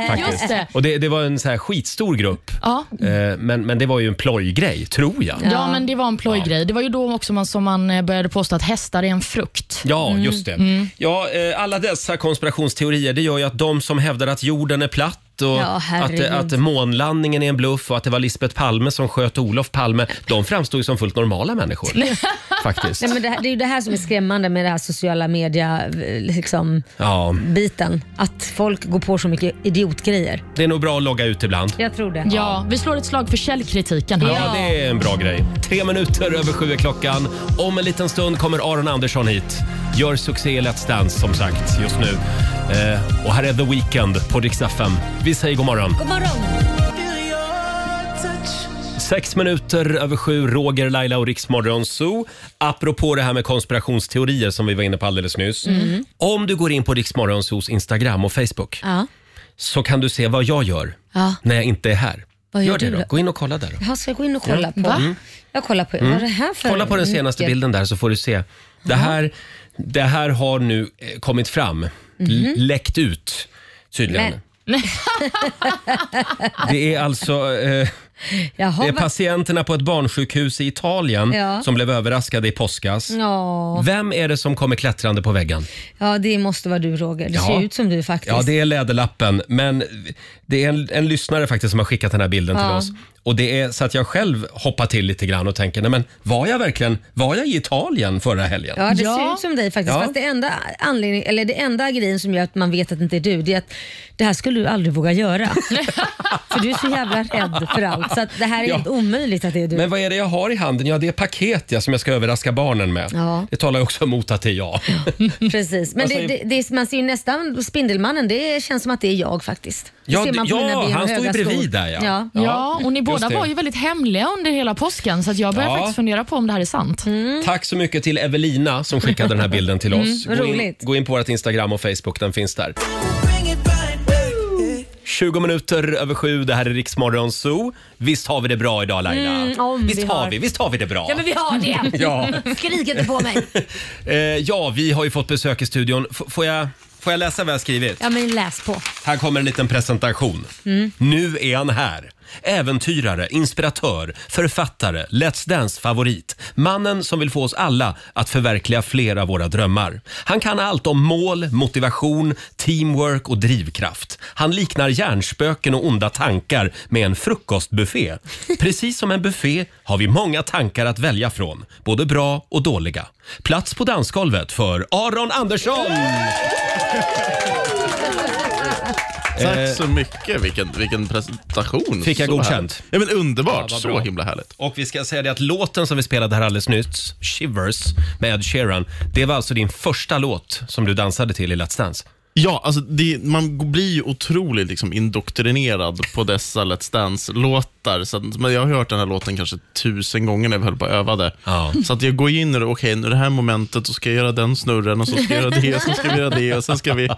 Faktiskt. Just det. Och det, det var en så här skitstor grupp. Ja, Eh, Men, men det var ju en plojgrej, tror jag. Ja, men det var en plojgrej. Det var ju då också man, som man eh, började påstå att hästar är en frukt. Ja, Mm. just det. Ja, eh, alla dessa konspirationsteorier det gör ju att de som hävdar att jorden är platt och Ja, att, herregud. att månlandningen är en bluff och att det var Lisbeth Palme som sköt Olof Palme, de framstod ju som fullt normala människor. [LAUGHS] faktiskt. Nej, men det, här- det är ju det här som är skrämmande med det här sociala media eh, liksom, Ja, biten. Att folk går på så mycket idiotgrejer. det är nog bra att logga ut ibland. Jag tror det. Ja, vi slår ett slag för källkritiken här. Ja, det är en bra grej. Tre minuter över sju är klockan. Om en liten stund kommer Aron Andersson hit. Gör succé i Let's Dance som sagt just nu. Eh, och här är The Weeknd på Rix FM. Vi säger god morgon. God morgon! Sex minuter över sju, Roger, Laila och Riksmorgon Zoo. Apropå det här med konspirationsteorier som vi var inne på alldeles nyss. Mm. Om du går in på Riksmorgon Zoos Instagram och Facebook Ja. så kan du se vad jag gör Ja. när jag inte är här. Vad gör det du då. då? Gå in och kolla där. Då. Jaha, ska jag gå in och kolla på? Jag kollar på, vad är det här för Mm. Kolla på den senaste nyckel? bilden där så får du se. Det här, det här har nu eh, kommit fram, Mhm. L- läckt ut tydligen. Men- [LAUGHS] Det är alltså eh, Jaha, det är vad- patienterna på ett barnsjukhus i Italien Ja. som blev överraskade i påskas. Ja, Vem är det som kommer klättrande på väggen? ja, det måste vara du Roger. Det Ja. ser ut som du faktiskt. Ja, det är Läderlappen. Men det är en, en lyssnare faktiskt som har skickat den här bilden till Ja. oss. Och det är så att jag själv hoppar till lite grann och tänker, nej men var jag verkligen, var jag i Italien förra helgen? Ja, det Ja. ser ut som dig faktiskt. Ja. Fast det enda, anledning, eller det enda grejen som gör att man vet att det inte är du, det är att det här skulle du aldrig [LAUGHS] våga göra. för du är så jävla rädd för allt. Så att det här är Ja. helt omöjligt att det är du. Men vad är det jag har i handen? Ja, det är paket ja, som jag ska överraska barnen med. Ja. Det talar ju också emot att det är jag. Precis. Men Alltså, det, det, det, är- man ser ju nästan Spindelmannen, det känns som att det är jag faktiskt. Det Ja, ser man det- ja, mina ben och han står ju höga skor. bredvid där, ja. ja. Ja, Ja, och ni just båda det. var ju väldigt hemliga under hela påsken så att jag börjar Ja. faktiskt fundera på om det här är sant. [LAUGHS] Mm. Tack så mycket till Evelina som skickade den här bilden till oss. vad gå, in, Mm. roligt. gå in på vårt Instagram och Facebook, den finns där. 20 minuter över sju, det här är Riksmorgon Zoo. Visst har vi det bra idag Laila? Mm, om visst vi har har. vi, visst har vi det bra? Ja men vi har Mm. det! [LAUGHS] Ja. [LAUGHS] Skrik inte på mig. Eh, ja, vi har ju fått besök i studion. F- får, jag, får jag läsa vad jag har skrivit? Ja men läs på. Här kommer en liten presentation. Nu är han här. Äventyrare, inspiratör, författare, Let's Dance-favorit. Mannen som vill få oss alla att förverkliga fler av våra drömmar. Han kan allt om mål, motivation, teamwork och drivkraft. Han liknar hjärnspöken och onda tankar med en frukostbuffé. Precis som en buffé har vi många tankar att välja från. Både bra och dåliga. Plats på dansgolvet för Aron Andersson! Tack så mycket, vilken, vilken presentation. Fick jag Så godkänt? härligt. Ja men underbart, Ja, vad så bra. himla härligt. Och vi ska säga det att låten som vi spelade här alldeles nyss, Shivers med Ed Sheeran, det var alltså din första låt som du dansade till i Let's Dance. Ja, alltså det, man blir ju otroligt liksom indoktrinerad på dessa Let's Dance-låtar. Så att, men jag har hört den här låten kanske tusen gånger när vi höll på och övade. Ja. Så att jag går in och okej, nu är det här momentet, så ska jag göra den snurren och så ska jag göra det och så ska vi göra det och sen ska vi...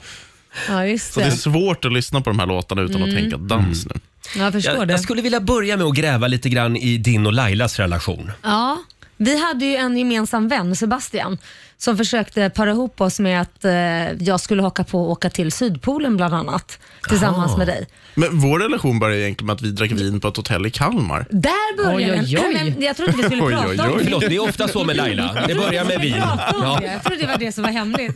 Ja just Så det är det. svårt att lyssna på de här låtarna utan Mm. att tänka dans nu. Ja, Jag förstår Jag, det. jag skulle vilja börja med att gräva lite grann i din och Lailas relation. Ja. Vi hade ju en gemensam vän, Sebastian, som försökte para ihop oss med att eh, jag skulle haka på och åka till Sydpolen bland annat tillsammans med dig. Men vår relation började egentligen med att vi drack vin på ett hotell i Kalmar. Där började Oj, oj, oj. den. Men jag trodde [LAUGHS] vi skulle Oj, prata oj, om oj. det. Förlåt, det är ofta så med Laila. Det börjar [LAUGHS] med vin. Ja. Ja, Jag trodde det var det som var hemligt.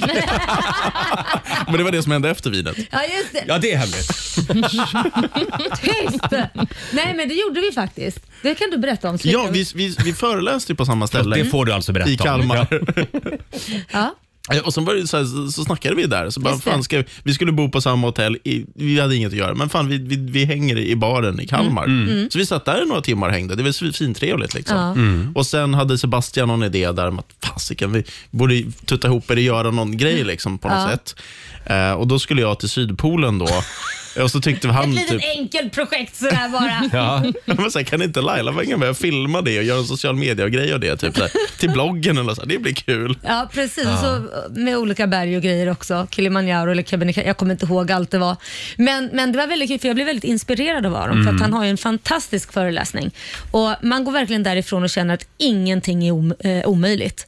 Men det var det som hände efter vinet. ja, just det. [LAUGHS] ja det är hemligt. Tyst! Nej, men det gjorde vi faktiskt. Det kan du berätta om. Sven. Ja, vi, vi, vi föreläste ju på samma ställe. Det får du alltså berätta I om. Kalmar. Ja. [LAUGHS] Ja. Eh, Och sen var det ju så, här, så- så snackade vi där. Så bara, Just det. fan, ska, vi skulle bo på samma hotell, i, vi hade inget att göra, men fan vi, vi, vi hänger i baren i Kalmar. Så vi satt där i några timmar och hängde, det var så fintrevligt. Liksom. Ja. Och sen hade Sebastian någon idé där om att fasiken, vi borde tutta ihop eller göra någon grej liksom, på något sätt. Eh, och då skulle jag till Sydpolen [LAUGHS] då. Och så tyckte Ett han litet typ, enkelt projekt sådär [LAUGHS] bara. Ja. [LAUGHS] jag var så här, kan inte Laila vara med och filma det och göra en social media-grej av det? Typ, så här, till bloggen eller så, här, det blir kul. Ja, precis. Och Så med olika berg och grejer också. Kilimanjaro eller Kebnekaise. Jag kommer inte ihåg allt det var. Men, men det var väldigt kul för jag blev väldigt inspirerad av Aron för att han har ju en fantastisk föreläsning. Och Man går verkligen därifrån och känner att ingenting är om, eh, omöjligt.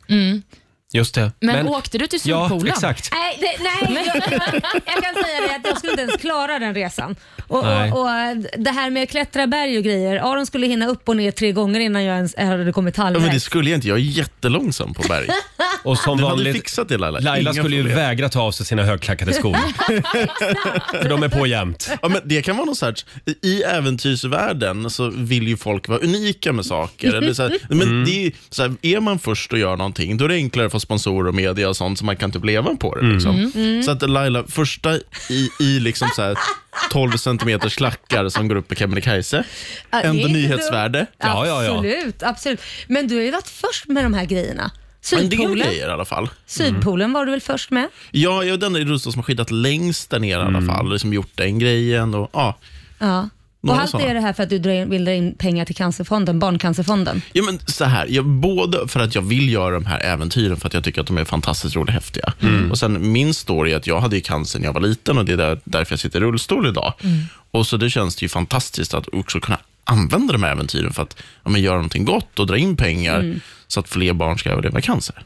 Just det. Men, åkte du till Ja, Sydpolen? exakt. Nej, det, nej jag, jag kan säga det att jag skulle inte ens klara den resan. Och, Nej. och, och eh, det här med att klättra berg och grejer. Aron skulle hinna upp och ner tre gånger innan jag ens hade kommit Ja, men det halvvägs. skulle jag inte, jag är jättelångsam på berg. Ah. Och som Du hade vanligt, fixat det Laila. Laila Inga skulle ju problem. vägra ta av sig sina högklackade [LAUGHS] skor. För de är på jämt. Ja, men det kan vara någon sorts, I äventyrsvärlden så vill ju folk vara unika med saker. Eller så här, men det är, ju så här, är man först och gör någonting, då är det enklare att få sponsorer och media och sånt, så man kan typ leva på det. Liksom. Så att Laila, första i, i liksom så här 12 centimeters klackar som går upp i Kebnekaise, Ja, det är ändå inte dumt. nyhetsvärde. Ja, ja, ja. Absolut, absolut. Men du har ju varit först med de här grejerna. En Mm. del Sydpolen, grejer i alla fall. Sydpolen var du väl först med? Ja, jag är den i Rostov som har skyddat längst där nere i alla fall, liksom gjort den grejen. Och, ja. Ja. Några och allt sådana. är det här för att du drar in, vill dra in pengar till Cancerfonden, Barncancerfonden. Ja, men så här, jag, både för att jag vill göra de här äventyren för att jag tycker att de är fantastiskt roliga och häftiga. Och sen min story är att jag hade ju cancer när jag var liten och det är där, därför jag sitter i rullstol idag. Och så det känns det ju fantastiskt att också kunna använda de här äventyren för att ja, men, göra någonting gott och dra in pengar så att fler barn ska överleva cancer.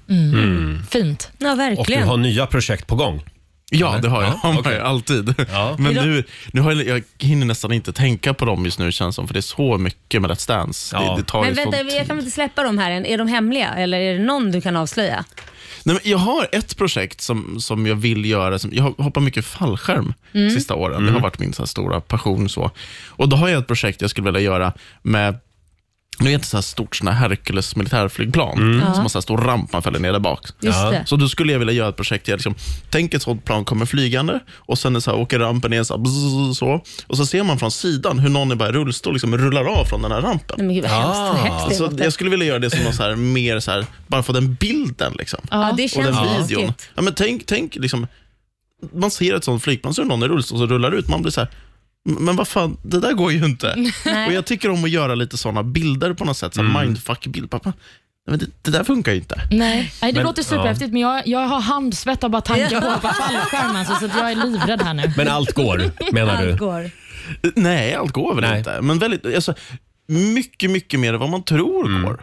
Fint. Ja, Och du verkligen. har nya projekt på gång. Ja, det har jag. Ja, Ja, okej. Alltid. Ja. [LAUGHS] Men nu, nu har jag, jag hinner nästan inte tänka på dem just nu känns som, för det är så mycket med Let's Dance. Ja. Det, det tar Men ju sån vänta, tid. jag kan väl inte släppa dem här än. Är de hemliga eller är det någon du kan avslöja? Nej, men jag har ett projekt som, som jag vill göra. Som, jag har hoppat mycket fallskärm Mm. sista åren. Mm. Det har varit min så här stora passion. Så. Och Då har jag ett projekt jag skulle vilja göra med nu är det så här stort sån här Hercules militärflygplan Mm. som har så här stor ramp man fäller ner där bak. Just Ja. det. Så då skulle jag vilja göra ett projekt där jag liksom, tänk ett sånt plan kommer flygande och sen är så här, åker rampen ner så, här, bzzz, så och så ser man från sidan hur någon i bara rullstol liksom rullar av från den här rampen. Nej, men gud vad hemskt. Ah. Vad hemskt det Så låter. jag skulle vilja göra det som någon så här, mer så här, bara få den bilden liksom Ja, det och känns den videon. läskigt. Ja, men tänk, tänk liksom, man ser ett sånt flygplan, så är det någon i rullstol som rullar ut. Man blir så här, "M- men vad fan, det där går ju inte. [LAUGHS] Nej. och Jag tycker om att göra lite sådana bilder på något sätt, så mm. mindfuck-bild. Pappa, nej, men det, det där funkar ju inte. Nej, Nej det Men- låter superhäftigt, men jag, jag har handsvett av [LAUGHS] bara tanken på att hoppa fallskärm, alltså, så att jag är livrädd här nu. Men allt går, menar Allt du? går. Eh, Nej, allt går väl Nej. inte. Men väldigt, alltså, mycket, mycket mer än vad man tror går.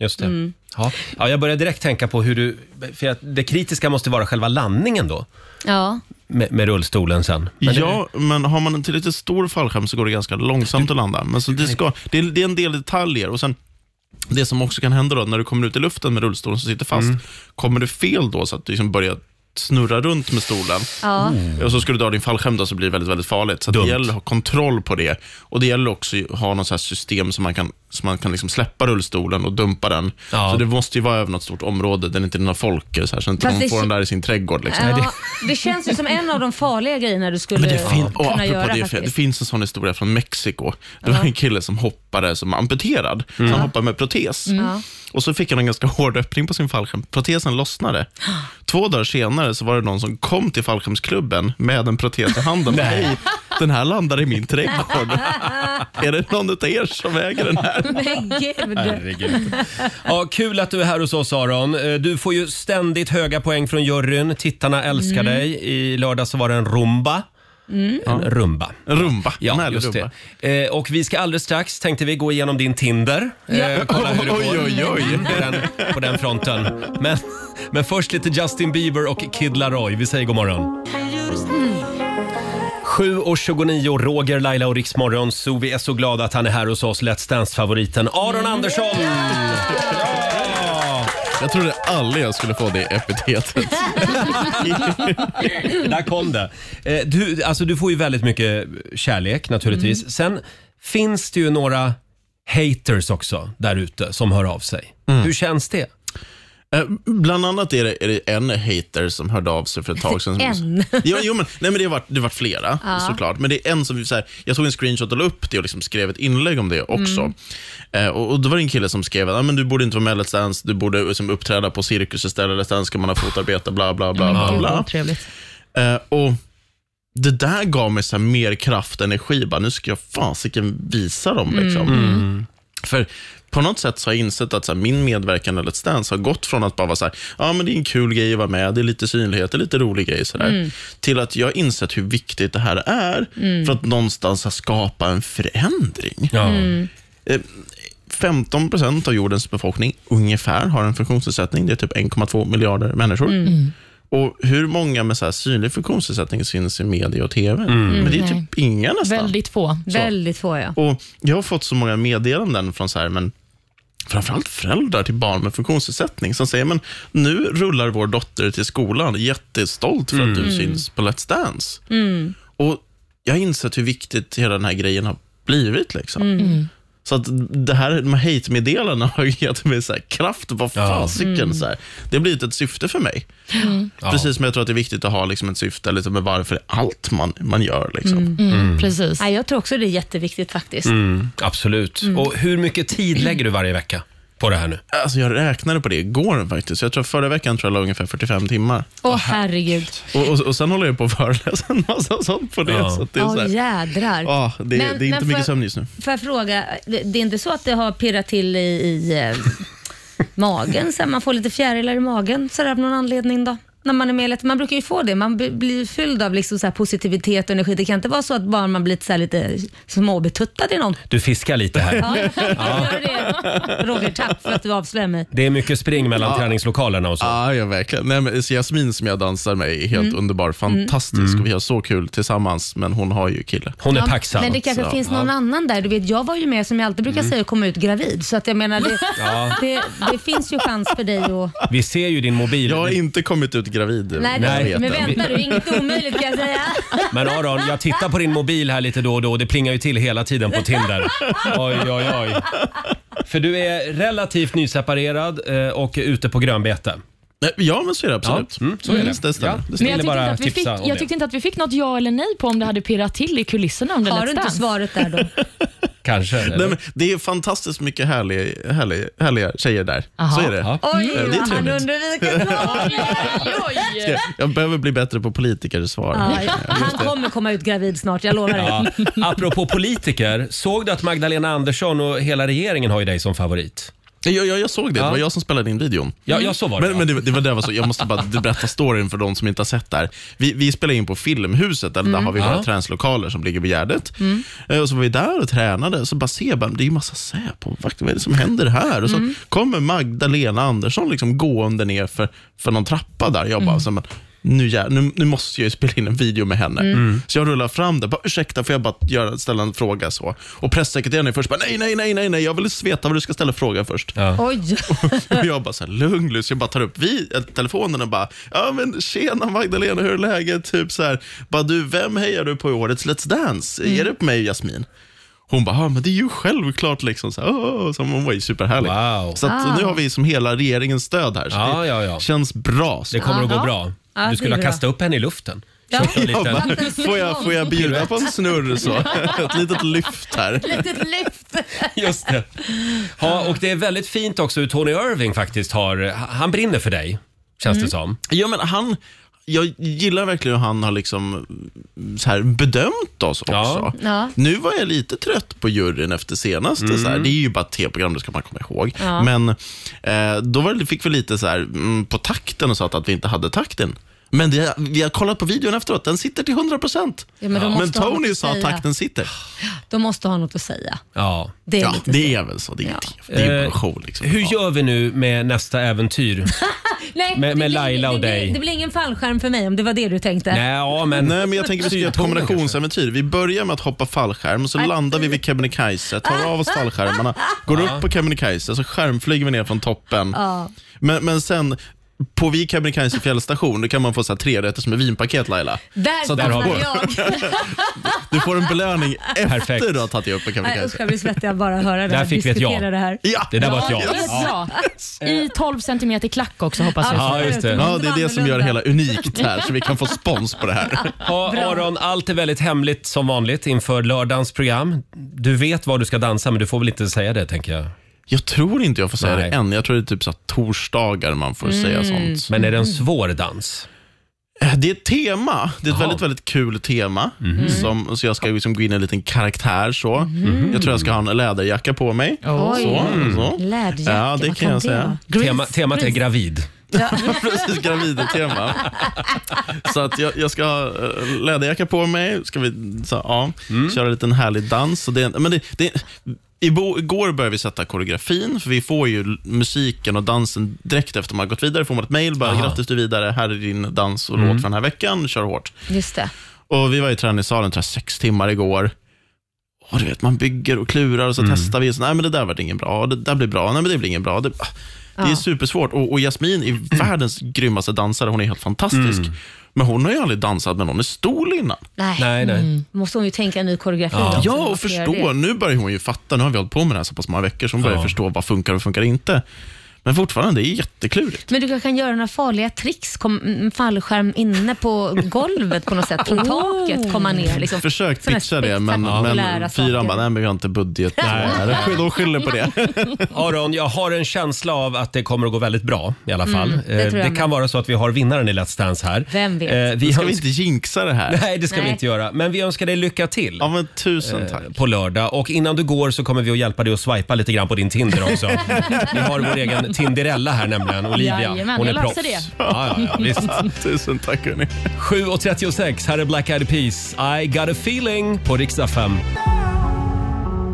Just det. Ja. Ja, jag börjar direkt tänka på hur du... För att det kritiska måste vara själva landningen då, Ja. med, med rullstolen sen. Men det- ja, men har man en tillräckligt stor fallskärm så går det ganska långsamt att landa. Men så det, ska, det, är, det är en del detaljer. Och sen, det som också kan hända då, när du kommer ut i luften med rullstolen som sitter fast, kommer du fel då så att du liksom börjar snurra runt med stolen Ja. och så ska du dra din fallskärm då, så blir det väldigt, väldigt farligt. Så att det Dumt. gäller att ha kontroll på det. Och det gäller också att ha något så här system som man kan, som man kan liksom släppa rullstolen och dumpa den. Ja. Så det måste ju vara över något stort område där det inte är några folk eller så, här, så att inte Fast det någon får ki- den där i sin trädgård. Liksom. Ja, det känns ju som en av de farliga grejerna du skulle Men det, fin- och kunna apropå göra det, Fred, det faktiskt. finns en sån historia från Mexiko. Det var en kille som hoppade som amputerad. Så han hoppade med protes. Mm. Ja. Och så fick han en ganska hård öppning på sin fallskärm. Protesen lossnade. Två dagar senare så var det någon som kom till fallskärmsklubben med en protes i handen. Hej, den här landade i min trädgård. [LAUGHS] är det någon av er som äger den här? Men gud. Herregud. [LAUGHS] Ja, kul att du är här hos oss Aron. Eh, Du får ju ständigt höga poäng från juryn. Tittarna älskar dig. I lördag så var det en rumba. En rumba. Rumba. En Ja, härlig just rumba. det. Eh, och vi ska alldeles strax, tänkte vi, gå igenom din Tinder. Eh, kolla hur det går Oj, oj, oj. På, den, på den fronten. Men, men först lite Justin Bieber och Kid Laroi. Vi säger god morgon. 7.29, Roger, Laila och Riksmorgon. Så vi är så glada att han är här hos oss, Let's Dance-favoriten Aron Andersson! Ja! Jag trodde aldrig jag skulle få det [LAUGHS] epitetet. Där kom det. Eh, Du, alltså, du får ju väldigt mycket kärlek naturligtvis. Sen finns det ju några haters också där ute som hör av sig. Hur känns det? Eh, Bland annat är det, är det en hater som hörde av sig för ett tag sedan. En? [LAUGHS] Ja, jo, men, nej, men det har varit, det har varit flera såklart. Men det är en som, så här, jag tog en screenshot och la upp det och liksom skrev ett inlägg om det också. Eh, och, och Då var det en kille som skrev att ah, men du borde inte vara med i Let's Dance, du borde liksom, uppträda på cirkus istället, Let's Dance ska man ha fotarbete, bla bla bla. bla, Gud, vad bla. otrevligt. Eh, och det där gav mig så här mer kraft och energi. Bara, nu ska jag fasiken visa dem. Liksom. För på något sätt så har jag insett att så här, min medverkan i Let's Dance har gått från att bara vara så här, ja men det är en kul grej att vara med, det är lite synlighet, det är lite rolig grej, så där, till att jag har insett hur viktigt det här är för att någonstans så här, skapa en förändring. Ja. 15 procent av jordens befolkning ungefär har en funktionsnedsättning. Det är typ 1,2 miljarder människor. Och Hur många med så här synlig funktionsnedsättning syns i media och TV? Men Det är Nej. typ inga nästan. Väldigt få. Mm, Väldigt få ja. Och Jag har fått så många meddelanden från så här, men framförallt föräldrar till barn med funktionsnedsättning som säger, men nu rullar vår dotter till skolan jättestolt för att du syns på Let's Dance. Och Jag har insett hur viktigt hela den här grejen har blivit. Liksom. Så att det här med hate-meddelandena [LAUGHS] har ju gett mig så här kraft. Vad fasiken. Så här. Det har blivit ett syfte för mig. Precis som jag tror att det är viktigt att ha liksom ett syfte liksom, med varför allt man, man gör. Liksom. Mm, precis. Nej, jag tror också det är jätteviktigt faktiskt. Mm, absolut. Och hur mycket tid lägger du varje vecka på det här nu? Alltså jag räknade på det igår faktiskt. Jag tror förra veckan tror jag la ungefär 45 timmar. Åh herregud. Och, och, och sen håller jag på att föreläsa en massa sånt på det. Ja. Så att det är Ja så här, jädrar. ah, det, Men- det är men inte får mycket jag- sömn just nu. Får jag fråga, det, det är inte så att det har pirrat till i, i eh, magen? Så här, man får lite fjärilar i magen så där, av någon anledning då? När man är med i Let's- Man brukar ju få det. Man bli- blir fylld av liksom så här positivitet och energi. Det kan inte vara så att bara man blir lite, så här, lite småbetuttad i någon. Du fiskar lite här. Ja, jag [LAUGHS] gör det. Roger, tack för att du avslöjar mig. Det är mycket spring mellan träningslokalerna och så. Ah, ja, verkligen. Nej, men Jasmin som jag dansar med är Mm. helt underbar, fantastisk. Mm. Och vi har så kul tillsammans, men hon har ju kille. Hon är Ja, Mm. paxad. Men det kanske så, finns någon annan där. Du vet, jag var ju med, som jag alltid brukar säga, och kom ut gravid. Så att jag menar, [LAUGHS] det, det, det finns ju chans för dig att... Vi ser ju din mobil. Jag har inte kommit ut gravid. Nej, vad jag det- vet men än. vänta du, inget omöjligt kan jag säga. Men Aron, jag tittar på din mobil här lite då och då. Det plingar ju till hela tiden på Tinder. Oj, oj, oj. För du är relativt nyseparerad eh, och är ute på grönbete. Nej, Ja, men så är det absolut. Ja, mm, så är det. Det stämmer. Ja. Det Men stämmer. jag tyckte, bara inte att vi fick, tipsa om det. jag tyckte inte att vi fick något ja eller nej på om det hade pirrat till i kulisserna under Har du Let's inte Dance. [LAUGHS] svaret där då? Kanske. eller? Nej, men det är fantastiskt mycket härlig, härlig, härliga tjejer där. Aha. Så är det. Ja. Oj, Mm. det är vad han trevligt. [LAUGHS] undviker Oj, oj, oj. Jag- Jag behöver bli bättre på politikers svar. Han kommer komma ut gravid snart, jag lovar dig. Ja. Apropå politiker, såg du att Magdalena Andersson och hela regeringen har ju dig som favorit? Jag, jag, jag såg det, det var jag som spelade in videon. Ja, ja så var det. Mm. Men, men det, det var där var så, jag måste bara berätta storyn för de som inte har sett det här. Vi, vi spelade in på Filmhuset, där, där har vi våra Ja. träningslokaler som ligger vid Gärdet. Eh, Och så var vi där och tränade, så bara ser jag, bara, det är ju massa Säpo-vakter, vad är det som händer här? Och så kommer Magdalena Andersson liksom gående ner för, för någon trappa där. Jag bara, så, men, nu, jä- nu, nu måste jag ju spela in en video med henne. Mm. Så jag rullar fram det. Bara, Ursäkta, får jag bara göra, ställa en fråga? så Och Pressekreteraren är först bara, nej, nej, nej, nej, nej, jag vill veta vad du ska ställa frågan först. Oj, [LAUGHS] Och [LAUGHS] jag bara så här, lugn Lucy, jag bara tar upp vi, äh, telefonen och bara, ja men tjena Magdalena, hur är läget? Typ så här, bara du, vem hejar du på i årets Let's Dance? Mm. Är det på mig och Jasmin? Hon bara, ja men det är ju självklart liksom. Så här, "Åh", så hon var ju superhärlig. Wow. Ah. Så att, nu har vi som hela regeringens stöd här. Så Ja, det ja, ja. känns bra. Så. Det kommer att gå Ja. bra. Ja, det Du är skulle ha bra. kastat upp henne i luften. Ja. Kört en Ja, liten- bara, får, jag, får jag bjuda på en snurr så? Ett litet lyft här. litet lyft. [LAUGHS] Just det. Ja, och det är väldigt fint också hur Tony Irving faktiskt har... Han brinner för dig, känns det Mm. som. Ja, men han, jag gillar verkligen hur han har liksom så här bedömt oss också. Ja. Ja. Nu var jag lite trött på juryn efter senaste. Så Mm. här. Det är ju bara ett tv-program, det ska man komma ihåg. Ja. Men eh, då var det, fick vi lite så här, mm, på takten och sa att, att vi inte hade takten. Men det, vi har kollat på videon efteråt, den sitter till 100 procent. Ja, men de måste men ha något Tony att sa säga. tack, den sitter. De måste ha något att säga. Ja. Det är ja, lite det är väl så. Det är, det är ju bara show. Liksom. Eh, Hur gör vi nu med nästa [LAUGHS] äventyr? Nej, Med- det med blir- Laila och det blir- dig. Det blir ingen fallskärm för mig om det var det du tänkte. Nej, ja, men... Nej, men jag tänker att vi ska göra ett kombinationsäventyr. Vi börjar med att hoppa fallskärm, och så landar vi vid Kebnekaise, tar av oss fallskärmarna, går upp på Kebnekaise, så skärmflyger vi ner från toppen. Men, men sen, på vid Kebnekaise fjällstation, då kan man få så här tre rätter som är vinpaket Laila. Där Så [LAUGHS] där fastnade har vi jag. Du får en belöning Perfekt. efter du har tagit dig upp på Nej, usch, Kebnekaise. jag blir svettig av bara att höra det Där här. fick vi ett ja. diskutera Det här. Ja, Det där var ett Ja, ja. det är bra. I 12 centimeter klack också hoppas jag. Ja, just det. Ja, det är det som gör det hela unikt här, så vi kan få spons på det här. Ja, Aron, allt är väldigt hemligt som vanligt inför lördagens program. Du vet var du ska dansa, men du får väl inte säga det, tänker jag. Jag tror inte jag får säga Nej. det än. Jag tror det är typ så här torsdagar man får säga sånt. Men är det en Mm. svår dans? Eh, Det är ett tema. Det är ett väldigt, väldigt kul tema. Mm. Som, så jag ska liksom gå in i en liten karaktär. så. Jag tror jag ska ha en läderjacka på mig. Oj. Så, så. Läderjacka, Ja, det vad kan kan det jag säga. Tema, temat är gravid. [LAUGHS] Precis, gravidtema. så att jag, jag ska ha eh, läderjacka på mig. Ska vi så, ja, köra en liten härlig dans. Så det, men det, det, i bo- Igår började vi sätta koreografin, för vi får ju l- musiken och dansen direkt efter man har gått vidare. får man ett mejl, bara grattis du är vidare, här är din dans och låt för den här veckan, kör hårt. Just det. Och Vi var i träningssalen tror jag, sex timmar igår. Och du vet, man bygger och klurar och så testar vi. Så, Nej, men det där var ingen bra. Det där blir bra. Nej, men det blir ingen bra. Det, det är supersvårt. Och, och Jasmin är världens grymmaste dansare. Hon är helt fantastisk. Men hon har ju aldrig dansat med någon i stol innan. Alltså, Nej. Mm. Nej, nej. Måste hon ju tänka en ny koreografi då, så Ja, man och får göra förstå. det. Nu börjar hon ju fatta. Nu har vi hållit på med det här så pass många veckor, så hon börjar Ja. förstå vad funkar och funkar inte. Men fortfarande, det är jätteklurigt. Men du kanske kan göra några farliga tricks, kom, mm, fallskärm inne på golvet på något sätt, från taket komma Mm. ner. Liksom. Försökt Såna här pitcha det, men, men spektakulära fyran saker. bara, nej men vi har inte budget. Nej. De skyller på det. Aron, jag har en känsla av att det kommer att gå väldigt bra i alla fall. Mm, det Eh, tror jag det med. kan vara så att vi har vinnaren i Let's Dance här. Vem vet? Eh, Vi [LAUGHS] Ska vi önskar... inte jinxa det här? [LAUGHS] Nej, det ska vi Nej. inte göra. Men vi önskar dig lycka till. Ja, men tusen tack. [LAUGHS] på lördag. Och innan du går så kommer vi att hjälpa dig att swipa lite grann på din Tinder [LAUGHS] också. Vi har vår egen Tinderella här nämligen, Olivia. Jajamän, Hon är jag löser proffs. det. Ja, [LAUGHS] ja, ja, visst. tusen tack hörni. 7.36, här är Black Eyed Peas. I got a feeling på riksdag 5.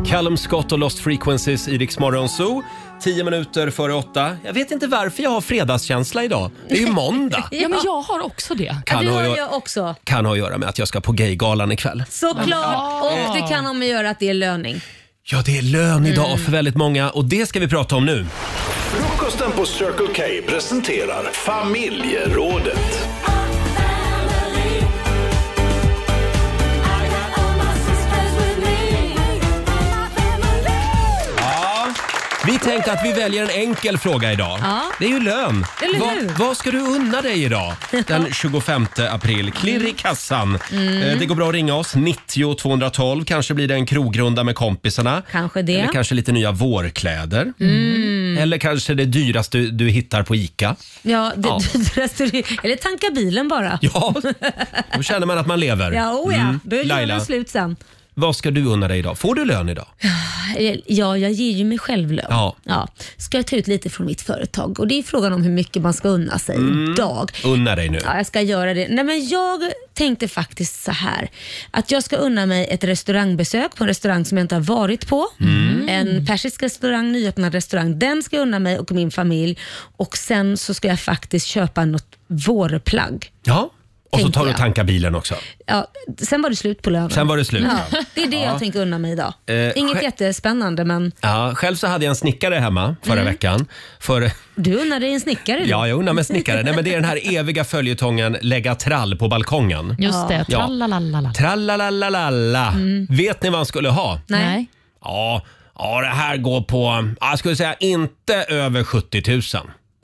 Callum Scott och Lost Frequencies i Rix Morgon Zoo. 10 minuter före åtta. Jag vet inte varför jag har fredagskänsla idag. Det är ju måndag. [LAUGHS] Ja, men jag har också det. Ja, Kan du ha, har att ju göra- också. kan ha att göra med att jag ska på Gaygalan ikväll. Såklart! Och det kan ha med att göra att det är löning. Ja, det är lön idag Mm. för väldigt många och det ska vi prata om nu. Frukosten på Circle K presenterar familjerådet. Vi tänkte att vi väljer en enkel fråga idag. Ja. Det är ju lön. Eller hur? Vad, vad ska du unna dig idag den 25 april? Klirr Mm. i kassan. Eh, Det går bra att ringa oss. 90 212. Kanske blir det en krogrunda med kompisarna. Kanske det. Mm. Eller kanske lite nya vårkläder. Eller kanske det dyraste du hittar på ICA. [LAUGHS] Ja, [LAUGHS] det, Ja. dyraste du- Eller tanka bilen bara. Ja, då känner man att man lever. Ja, oh ja. Då är Mm. Laila. lönen slut sen. Vad ska du unna dig idag? Får du lön idag? Ja, jag ger ju mig själv lön. Ja. Ska jag ta ut lite från mitt företag? Och Det är frågan om hur mycket man ska unna sig Mm. idag. Unna dig nu. Ja, jag ska göra det. Nej, men jag tänkte faktiskt så här. Att jag ska unna mig ett restaurangbesök på en restaurang som jag inte har varit på. Mm. En persisk restaurang, nyöppnad restaurang. Den ska jag unna mig och min familj. Och Sen så ska jag faktiskt köpa något vårplagg. Ja. Och så Tänkte tar du och jag. tankar bilen också. Ja, sen var det slut på lönen. Sen var det slut. Ja, det är det jag tänker unna mig idag. Eh, Inget sj- jättespännande, men Ja, själv så hade jag en snickare hemma förra veckan. För, du unnar dig en snickare du. ja, jag undrar med snickare. Nej, men det är den här eviga följetongen lägga trall på balkongen. Just det, Ja. trallalalala. Trallalalalala. Vet ni vad han skulle ha? Nej. Nej. Ja, ja, det här går på, ja, jag skulle säga inte över 70 000.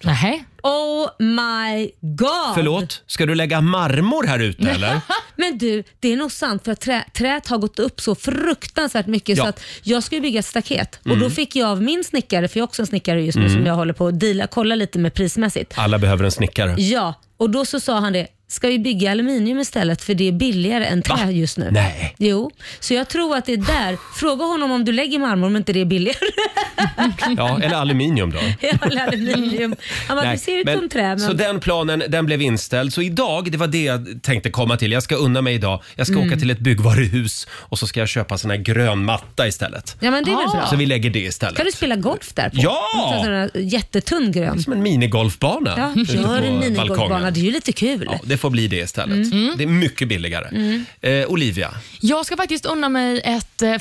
Nej. Oh my god! Förlåt, ska du lägga marmor här ute eller? Men du, det är nog sant för att trä, träet har gått upp så fruktansvärt mycket Ja. Mm. så att jag skulle bygga ett staket och då fick jag av min snickare, för jag är också en snickare just nu som jag håller på att deala, kolla lite med prismässigt. Alla behöver en snickare. Ja, och då så sa han det, ska vi bygga aluminium istället för det är billigare än trä Va? just nu. Nej. Jo, så jag tror att det är där. Fråga honom om du lägger marmor om inte det är billigare. [LAUGHS] Ja, eller aluminium då. Eller aluminium. Han bara, Nej, du ser ut men- som trä men... Så den planen den blev inställd. Så idag, det var det jag tänkte komma till. Jag ska unna mig idag. Jag ska Mm. åka till ett byggvaruhus och så ska jag köpa sån här grön matta istället. Ja, men det är väl bra. Ah. Så vi lägger det istället. Kan du spela golf där på? Ja! En sån här jättetunn grön. Som en minigolfbana. Ja, ute Mm. på gör en minigolfbana. Mm. balkongen. Det är ju lite kul. Ja, det får bli det istället. Det är mycket billigare. Mm. Eh, Olivia, [LAUGHS] Jag ska faktiskt unna mig ett eh,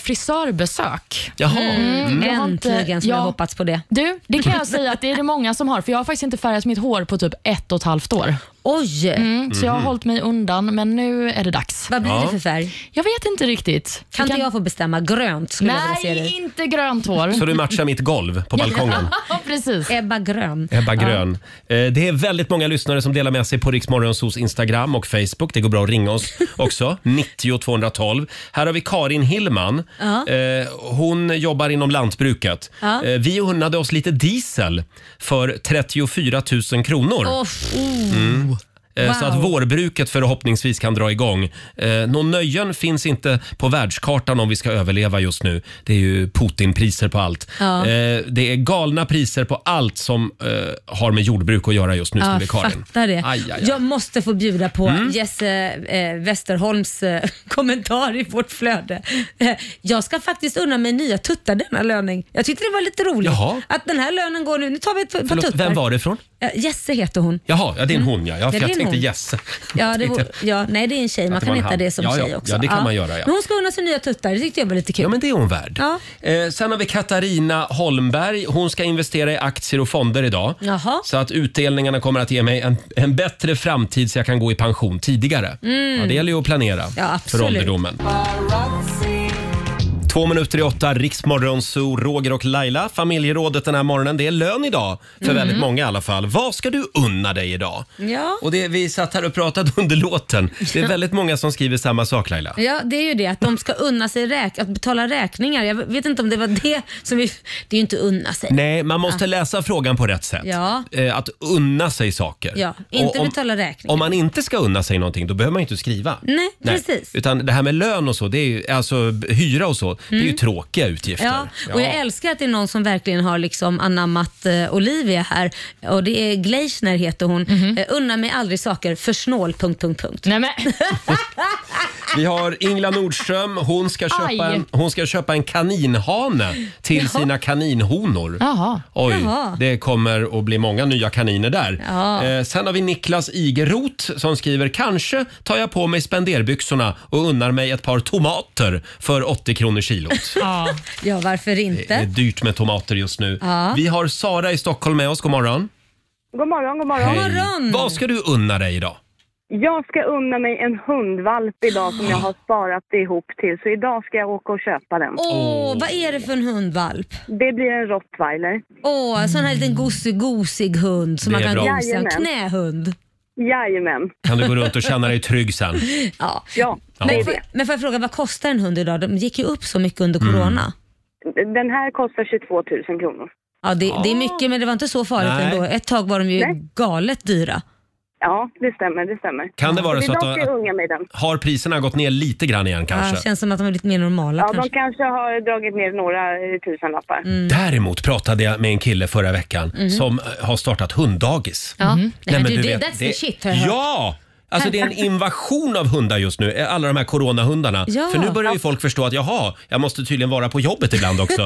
frisörbesök. Jaha. Mm. jag har inte- Äntligen skulle jag ja. hoppats på det. Du, det kan jag säga att det är det många som har, för jag har faktiskt inte färgat mitt hår på typ ett och ett halvt år. Oj! Mm, så jag har Mhm. hållit mig undan, men nu är det dags. Vad blir det Ja. för färg? Jag vet inte riktigt. Kan inte jag få bestämma? Grönt skulle jag vilja se Nej, dig i. inte grönt hår. så du matchar mitt golv på [LAUGHS] balkongen. Ja, precis. Ebba Grön. Ebba Grön. Eh, Det är väldigt många lyssnare som delar med sig på Riksmorgonsos Instagram och Facebook. Det går bra att ringa oss [LAUGHS] också. 90 212. Här har vi Karin Hillman. Ja. Eh, Hon jobbar inom lantbruket. Ja. Eh, Vi unnade oss lite diesel för 34 000 kronor. Åh, Mm. Eh, Så Wow. att vårbruket förhoppningsvis kan dra igång. Eh, Någon nöjen finns inte på världskartan om vi ska överleva just nu. Det är ju Putinpriser på allt. Ja. Eh, Det är galna priser på allt som eh, har med jordbruk att göra just nu, Ja, skriver Karin. fattar det. Aj, aj, aj. Jag måste få bjuda på Mm. Jesse eh, Westerholms eh, [LAUGHS] kommentar i vårt flöde. Eh, jag ska faktiskt unna mig nya tuttar denna löning. Jag tyckte det var lite roligt Jaha. att den här lönen går nu. Nu tar vi ett par Förlåt, tuttar. vem var det ifrån? Eh, Jesse heter hon. Jaha, ja, det är en hon ja. Jag, Mm. Ja, det är jag en tänkte hon. yes. [LAUGHS] Ja, det Tänkte- var, ja, nej, det är en tjej. Man typ. Att det kan var en hitta han. det som Ja, ja. tjej också. Ja, det kan man göra, ja. Men hon ska unna sig nya tuttar. Det tyckte jag var lite kul. Ja, men det är hon värd. Ja. Eh, sen har vi Katarina Holmberg. Hon ska investera i aktier och fonder idag. Jaha. Så att utdelningarna kommer att ge mig en, en bättre framtid så jag kan gå i pension tidigare. Mm. Ja, det gäller ju att planera Ja, för absolut. ålderdomen. Två minuter i åtta, Riksmorgon, Zoo, Roger och Laila. Familjerådet den här morgonen. Det är lön idag för Mm. väldigt många i alla fall. Vad ska du unna dig idag? Ja. Och det, vi satt här och pratade [LAUGHS] under låten. Det är väldigt många som skriver samma sak Laila. Ja, det är ju det att de ska unna sig räk- att betala räkningar. Jag vet inte om det var det som vi... Det är ju inte unna sig. Nej, man måste Ja. läsa frågan på rätt sätt. Ah. Ja. Eh, Att unna sig saker. Ja, inte Och om, betala räkningar. om man inte ska unna sig någonting, då behöver man ju inte skriva. Nej, precis. Utan det här med lön och så, det är ju, alltså b- hyra och så, det är ju Mm. tråkiga utgifter. Ja, och jag älskar att det är någon som verkligen har liksom anammat eh, Olivia här. Och det är Gleisner heter hon. Mhm. Eh, unna mig aldrig saker för snål... Punkt, punkt, punkt. Nej, men. [LAUGHS] Vi har Ingla Nordström, hon ska Aj. köpa, en, hon ska köpa en kaninhane till Ja. sina kaninhonor. Jaha. Oj, Jaha. det kommer att bli många nya kaniner där. Ja. Eh, sen har vi Niklas Igerot som skriver “Kanske tar jag på mig spenderbyxorna och unnar mig ett par tomater för 80 kronor kilot”. Ja. ja, varför Det är inte? dyrt med tomater just nu. Ja. Vi har Sara i Stockholm med oss. God morgon. God morgon, god morgon. Vad ska du unna dig idag? Jag ska unna mig en hundvalp idag som jag har sparat ihop till. Så idag ska jag åka och köpa den. Åh, vad är det för en hundvalp? Det blir en rottweiler. Åh, en sån här liten gosig, gosig hund som Det man är kan bra. gosa. En Jajamän. knähund. Jajamän. Kan du gå runt och känna dig trygg sen? Ja. ja Ja. Men, får, men får jag fråga, vad kostar en hund idag? De gick ju upp så mycket Mm. under corona. Den här kostar 22 000 kronor. Ja, det, det är mycket, men det var inte så farligt Nej. ändå. Ett tag var de ju Nej. galet dyra. Ja, det stämmer. Det stämmer. Kan det vara så att Idag ska jag de- unga mig den. Har priserna gått ner lite grann igen Ja, kanske? känns som att de har blivit mer normala Ja, de kanske. kanske har dragit ner några eh, tusenlappar. Mm. Däremot pratade jag med en kille förra veckan Mhm. som eh, har startat hunddagis. Ja. Mm. Nej, du, det- that's the shit, har jag hört. Ja! Alltså det är en invasion av hundar just nu, eh, alla de här coronahundarna. Ja. För nu börjar ju folk förstå att jaha, jag måste tydligen vara på jobbet ibland [LAUGHS] också.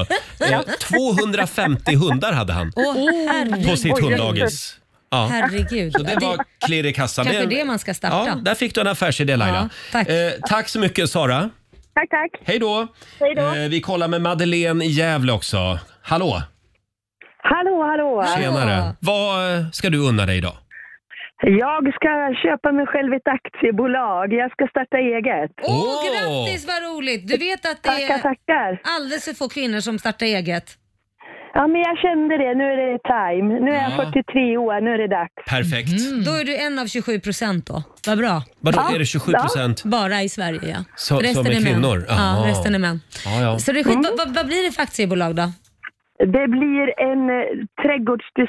Eh, 250 hundar hade han Åh, herregud. på sitt Oj, hunddagis. Ja. Herregud. Så det var klirr i kassan. kanske är- det man ska Ja, starta. där fick du en affärsidé Laila. tack. Eh, tack så mycket Sara. Tack, tack. Hej då. Hej då. Eh, vi kollar med Madeleine i Gävle också. Hallå! Hallå, hallå! Tjenare. Vad eh, ska du unna dig idag? Jag ska köpa mig själv ett aktiebolag. Jag ska starta eget. Åh, grattis vad roligt! Du vet att det Tackar, är alldeles för få kvinnor som startar eget. Ja, men jag kände det. Nu är det time. Nu är Ja. jag 43 år. Nu är det dags. Perfekt. Då är du en av 27 procent då. Vad bra. Vadå, är det 27 procent? Bara i Sverige ja. Så- som är män. kvinnor? Ja, Aha. resten är män. Ja, ja. Så det är Mm. skit, vad, vad, vad blir det för aktiebolag då? Det blir en eh,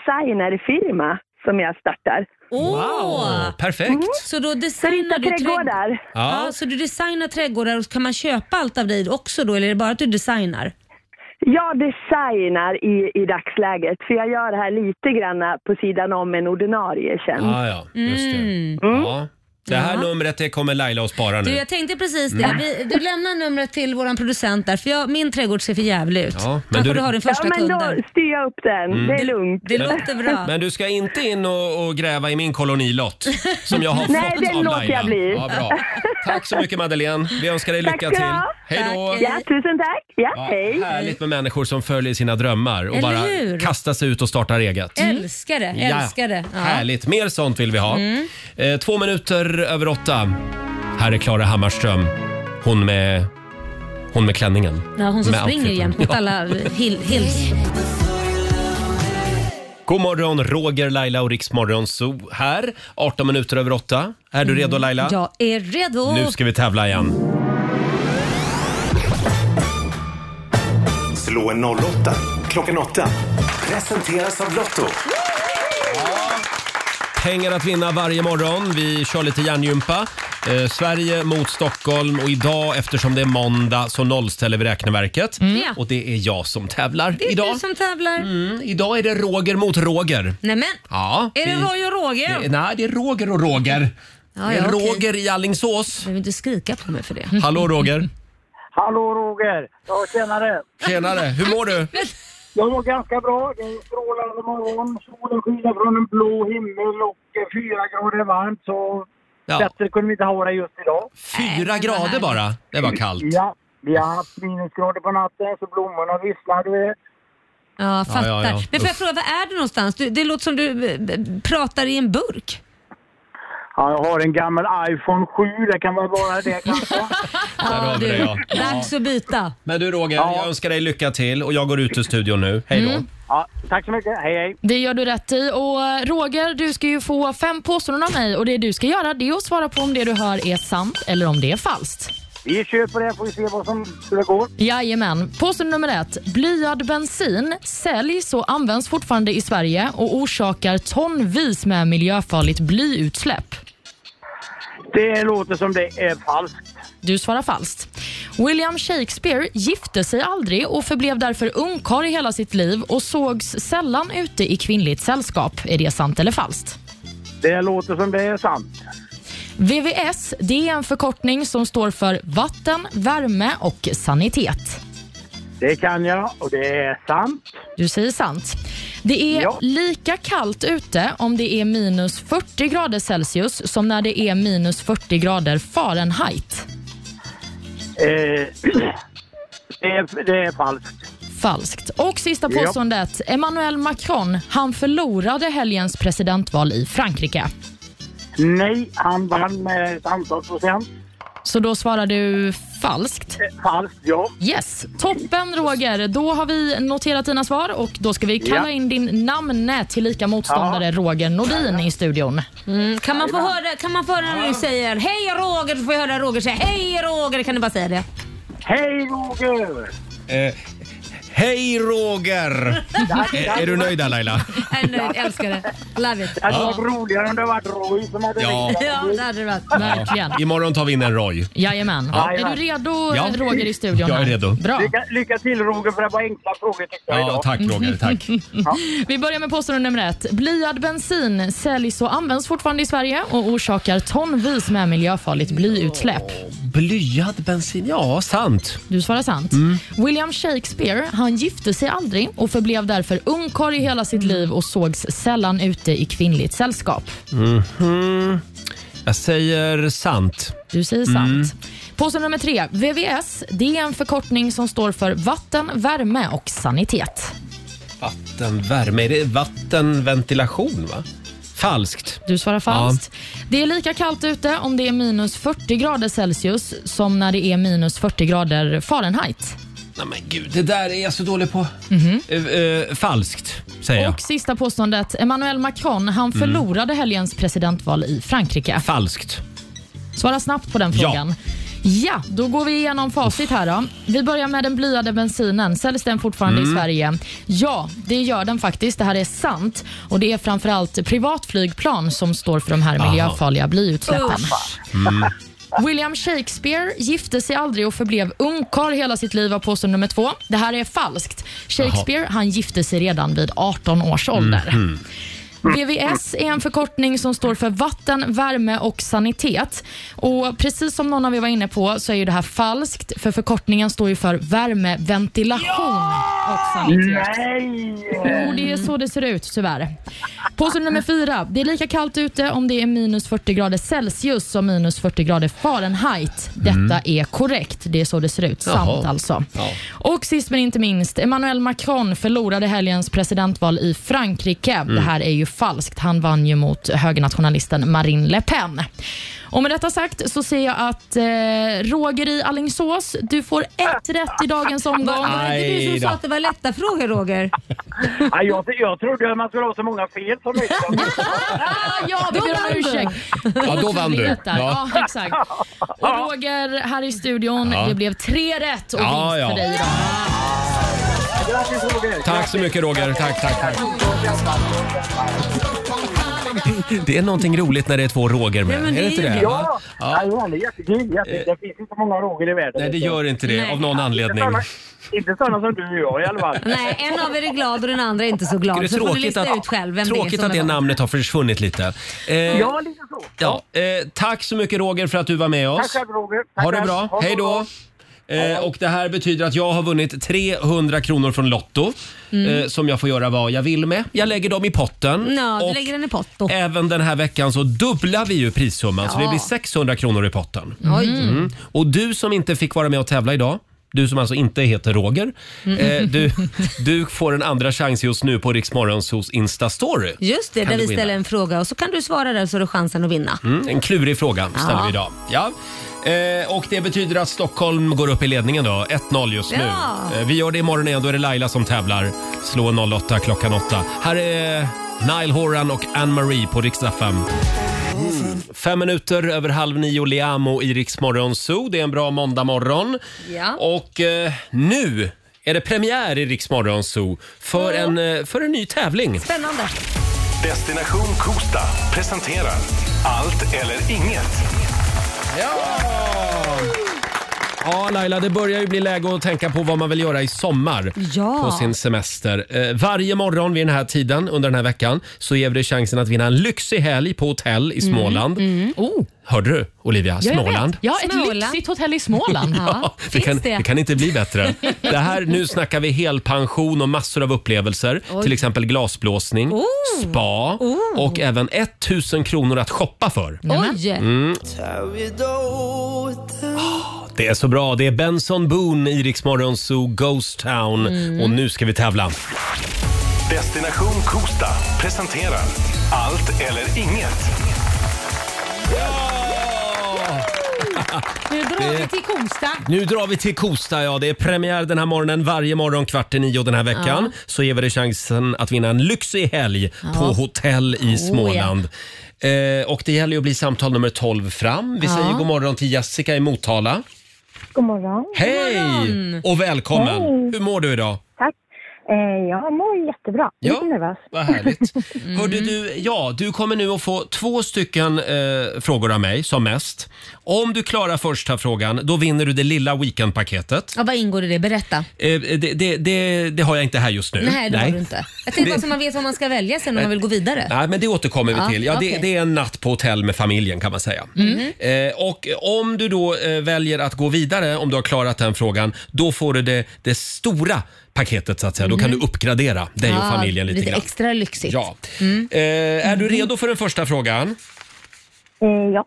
trädgårdsdesignerfirma som jag startar. Wow, perfekt. Mm. Så då designar du trädgårdar. trädgårdar? Ja. Ja. så du designar trädgårdar och kan man köpa allt av dig också då eller är det bara att du designar? Jag designar i, i dagsläget, för jag gör det här lite grann på sidan om en ordinarie tjänst. Ah, ja, mm. just det. Ja. Det här numret det kommer Laila att spara nu. Du, jag tänkte precis det. Mm. Vi, du lämnar numret till vår producent där, för jag, min trädgård ser för jävlig ut. Ja, men Kanske du- du... har din första Ja, men då kund styr jag upp den. Mm. Det är lugnt. Det låter bra. Men du ska inte in och, och gräva i min kolonilott som jag [LAUGHS] har Nej, fått den av låter Laila. jag bli. Ja, bra. Tack så mycket Madeleine. Vi önskar dig lycka tack ska du till. ha. Hej då! Ja, tusen tack. Ja, hej. Härligt med människor som följer sina drömmar och Eller bara hur? kastar sig ut och startar eget. Älskar det, älskar det. Ja. Härligt, mer sånt vill vi ha. Mm. Eh, två minuter över åtta. Här är Klara Hammarström. Hon med, hon med klänningen. Ja, hon som Med springer outfiten. jämt mot Ja. alla hill, hills. God morgon, Roger, Laila och Riksmorgon Zoo här. 18 minuter över åtta. Är Mm. du redo Laila? Jag är redo. Nu ska vi tävla igen. Slå en 08 klockan 8. Presenteras av Lotto. Pengar att vinna varje morgon. Vi kör lite hjärngympa. Eh, Sverige mot Stockholm och idag eftersom det är måndag så nollställer vi räkneverket. Ja. Och det är jag som tävlar Mm. Det är idag. Mm. du som tävlar. Idag är det Roger mot Roger. Nämen, Ja, är det vi- Roy och Roger? Det, nej, det är Roger och Roger. det är Ah, okej. Roger i Allingsås. Du behöver inte skrika på mig för det. Hallå Roger. Hallå Roger! Ja, tjenare! Tjenare, hur mår du? Jag mår ganska bra. Det är strålande morgon, solen skiner från en blå himmel och eh, fyra grader varmt så Ja. bättre kunde vi inte ha det just idag. Fyra grader bara. Det var kallt. Ja, vi har haft minusgrader på natten så blommorna visslar, du vet. Ja, Ja, fattar. ja, ja. Men får jag Uff. fråga, var är du någonstans? Du, det låter som du eh, b- pratar i en burk. Ja, jag har en gammal iPhone 7, det kan väl vara det kanske. Där har vi det ja. Dags att byta. Men du Roger, jag önskar dig lycka till och jag går ut ur studion nu. Hej då. Ja, tack så mycket, hej hej! Det gör du rätt i. Och eh, Roger, du ska ju få fem påståenden av mig och det du ska göra det är att svara på om det du hör är sant eller om det är falskt. Vi kör på det, får vi se vad som hur det går. Jajamän. Påstående nummer ett. Blyad bensin säljs och används fortfarande i Sverige och orsakar tonvis med miljöfarligt blyutsläpp. Det låter som det är falskt. Du svarar falskt. William Shakespeare gifte sig aldrig och förblev därför ungkarl i hela sitt liv och sågs sällan ute i kvinnligt sällskap. Är det sant eller falskt? Det låter som det är sant. VVS det är en förkortning som står för vatten, värme och sanitet. Det kan jag och det är sant. Du säger sant. Det är lika kallt ute om det är minus 40 grader Celsius som när det är minus 40 grader Fahrenheit. Eh, [CLEARS THROAT] det, är, det är falskt. Falskt. Och sista Ja. påståendet. Emmanuel Macron, han förlorade helgens presidentval i Frankrike. Nej, han vann med ett antal procent. Så då svarar du falskt? Falskt, ja. Yes. Toppen Roger. Då har vi noterat dina svar och då ska vi Ja. kalla in din namne till lika motståndare Roger Nordin i studion. Mm, kan, man få höra, kan man få höra när du säger hej Roger, så får jag höra Roger säga hej Roger. Kan du bara säga det? Hej Roger! Eh, hej Roger! Eh, är du nöjd där Laila? Jag är nöjd, jag älskar det. Love it. Det hade varit roligare om det varit Roy som hade Ja. ringt. Ja, det hade det varit. Verkligen. Imorgon tar vi in en Roy. Jajamän. Ja. Är du redo Ja. Roger i studion? Jag är här? redo. Bra. Lycka, lycka till Roger för det var enkla frågor tyckte jag Ja, idag. tack Roger. Tack. Vi börjar med påstående nummer ett. Blyad bensin säljs och används fortfarande i Sverige och orsakar tonvis med miljöfarligt blyutsläpp. Blyad bensin, ja sant. Du svarar sant. Mm. William Shakespeare han gifte sig aldrig och förblev därför ungkarl i hela sitt liv och sågs sällan ute i kvinnligt sällskap. Mhm. Jag säger sant. Du säger Mm. sant. Påstående nummer tre. VVS det är en förkortning som står för vatten, värme och sanitet. Vatten, värme. Är det vattenventilation va? Falskt. Du svarar falskt. Det är lika kallt ute om det är minus 40 grader Celsius som när det är minus 40 grader Fahrenheit. Nej men gud, det där är jag så dålig på. Mhm. Eh, eh, falskt, säger jag. Och sista påståendet. Emmanuel Macron han Mm. förlorade helgens presidentval i Frankrike. Falskt. Svara snabbt på den Ja. frågan. Ja, då går vi igenom facit här då. Vi börjar med den blyade bensinen. Säljs den fortfarande Mm. i Sverige? Ja, det gör den faktiskt. Det här är sant. Och det är framförallt privatflygplan som står för de här Aha. miljöfarliga blyutsläppen. Mm. William Shakespeare gifte sig aldrig och förblev ungkarl hela sitt liv, var påstående nummer två. Det här är falskt. Shakespeare han gifte sig redan vid 18 års ålder. Mhm. VVS är en förkortning som står för vatten, värme och sanitet. Och Precis som någon av er var inne på så är ju det här falskt, för förkortningen står ju för värme, ventilation och sanitet. Jo, det är så det ser ut tyvärr. Påstående nummer fyra. Det är lika kallt ute om det är minus 40 grader Celsius som minus 40 grader Fahrenheit. Detta Mm. är korrekt. Det är så det ser ut. Sant Jaha. alltså. Och sist men inte minst, Emmanuel Macron förlorade helgens presidentval i Frankrike. Det här är ju falskt. Han vann ju mot högernationalisten Marine Le Pen. Och med detta sagt så ser jag att eh, Roger i Alingsås, du får ett rätt i dagens omgång. Var det inte du som sa att det var lätta frågor Roger? Nej, jag, jag trodde att man skulle ha så många fel som möjligt. [LAUGHS] Ja, vi Då ber vann om du. ursäkt. Ja, då vann du. Ja. Ja. ja, exakt. Och Roger här i studion, Ja. det blev tre rätt och Ja, vinst ja. för dig idag. Grattis Roger! Tack så mycket Roger. Tack, tack, tack. Det är någonting roligt när det är två Roger med. är det inte det? Ja, va? ja. ja det är jättekul. jättekul. Det finns inte många Roger i Eh, världen. Nej, det gör inte det av någon anledning. Inte såna- Inte sådana som du och jag i alla fall. Nej, en av er är glad och den andra är inte så glad. Det är så får du tråkigt lista att, ut själv vem det är tråkigt som att det är vad. namnet har försvunnit lite. Eh, Ja, lite så. ja, eh, tack så mycket Roger för att du var med Tack oss. själv Roger. Tack Ha det själv. bra. det Hej då. Eh, och det här betyder att jag har vunnit 300 kronor från Lotto. Mm. Eh, som jag får göra vad jag vill med. Jag lägger dem i potten. Ja, du och lägger den i pott då. även den här veckan så dubblar vi ju prissumman så Ja. det blir 600 kronor i potten. Mm. Oj. Mm. Och du som inte fick vara med och tävla idag du som alltså inte heter Roger. Mm. Eh, [LAUGHS] du, du får en andra chans just nu på Riksmorgonsos Insta-story. Just det, Kan där du vi vinna. ställer en fråga och så kan du svara där så har du chansen att vinna. Mm, en klurig fråga ställer Ja. vi idag. Ja. Eh, och det betyder att Stockholm går upp i ledningen då. 1-0 just nu. Ja. Eh, vi gör det imorgon igen. Då är det Laila som tävlar. Slå 08 klockan 8. Här är Nile Horan och Anne-Marie på riksdag 5. Mm. Fem minuter över halv nio, Liamo i Rix Morgon Zoo. Det är en bra måndagmorgon. Ja. Och eh, nu är det premiär i Rix Morgon Zoo för, en, eh, för en ny tävling. Spännande. Destination Kosta presenterar Allt eller inget. Ja, Laila, det börjar ju bli läge att tänka på vad man vill göra i sommar Ja. på sin semester. Eh, varje morgon vid den här tiden under den här veckan så ger vi dig chansen att vinna en lyxig helg på hotell i Mm, Småland. Oh. Hörde du, Olivia? Ja, jag vet. Småland. Ja, ett Småland. lyxigt hotell i Småland. Ja, det, kan, det kan inte bli [LAUGHS] bättre. Det här, nu snackar vi helpension och massor av upplevelser. Oj. Till exempel glasblåsning, Oh. spa och även 1000 kronor att shoppa för. Oj! Mm. Det är så bra. Det är Benson Boone i Rix Morgon Zoo Ghost Town. Mm. Och nu ska vi tävla. Destination Kosta presenterar Allt eller inget. Nu drar Det- vi till Kosta. Nu drar vi till Kosta. Ja, det är premiär den här morgonen. Varje morgon kvart i nio den här veckan Ja. så ger vi dig chansen att vinna en lyxig helg Ja. på hotell Oh, i Småland. eh, och det gäller ju att bli samtal nummer 12 fram. Vi Ja. säger god morgon till Jessica i Motala. God morgon. Hej! Och välkommen! Hej. Hur mår du idag? Tack. Eh, jag mår jättebra. Ja, Lite nervös. Vad härligt. Mm. Hörde du, ja, du kommer nu att få två stycken eh, frågor av mig som mest. Om du klarar första frågan, då vinner du det lilla weekendpaketet. Ja, vad ingår i det? Berätta. Eh, det, det, det, det har jag inte här just nu. Nej, det har du inte. Jag tänkte bara så man vet vad man ska välja sen om man vill gå vidare. Nej, men det återkommer vi Ja, till. Ja, det, okej. det är en natt på hotell med familjen kan man säga. Mhm. Eh, och om du då eh, väljer att gå vidare, om du har klarat den frågan, då får du det, det stora paketet så att säga. Då kan Mhm. du uppgradera dig och Ja, familjen lite, grann. Ah, extra Mm. lyxigt. Ja. Eh, är du redo för den första frågan? Eh, ja.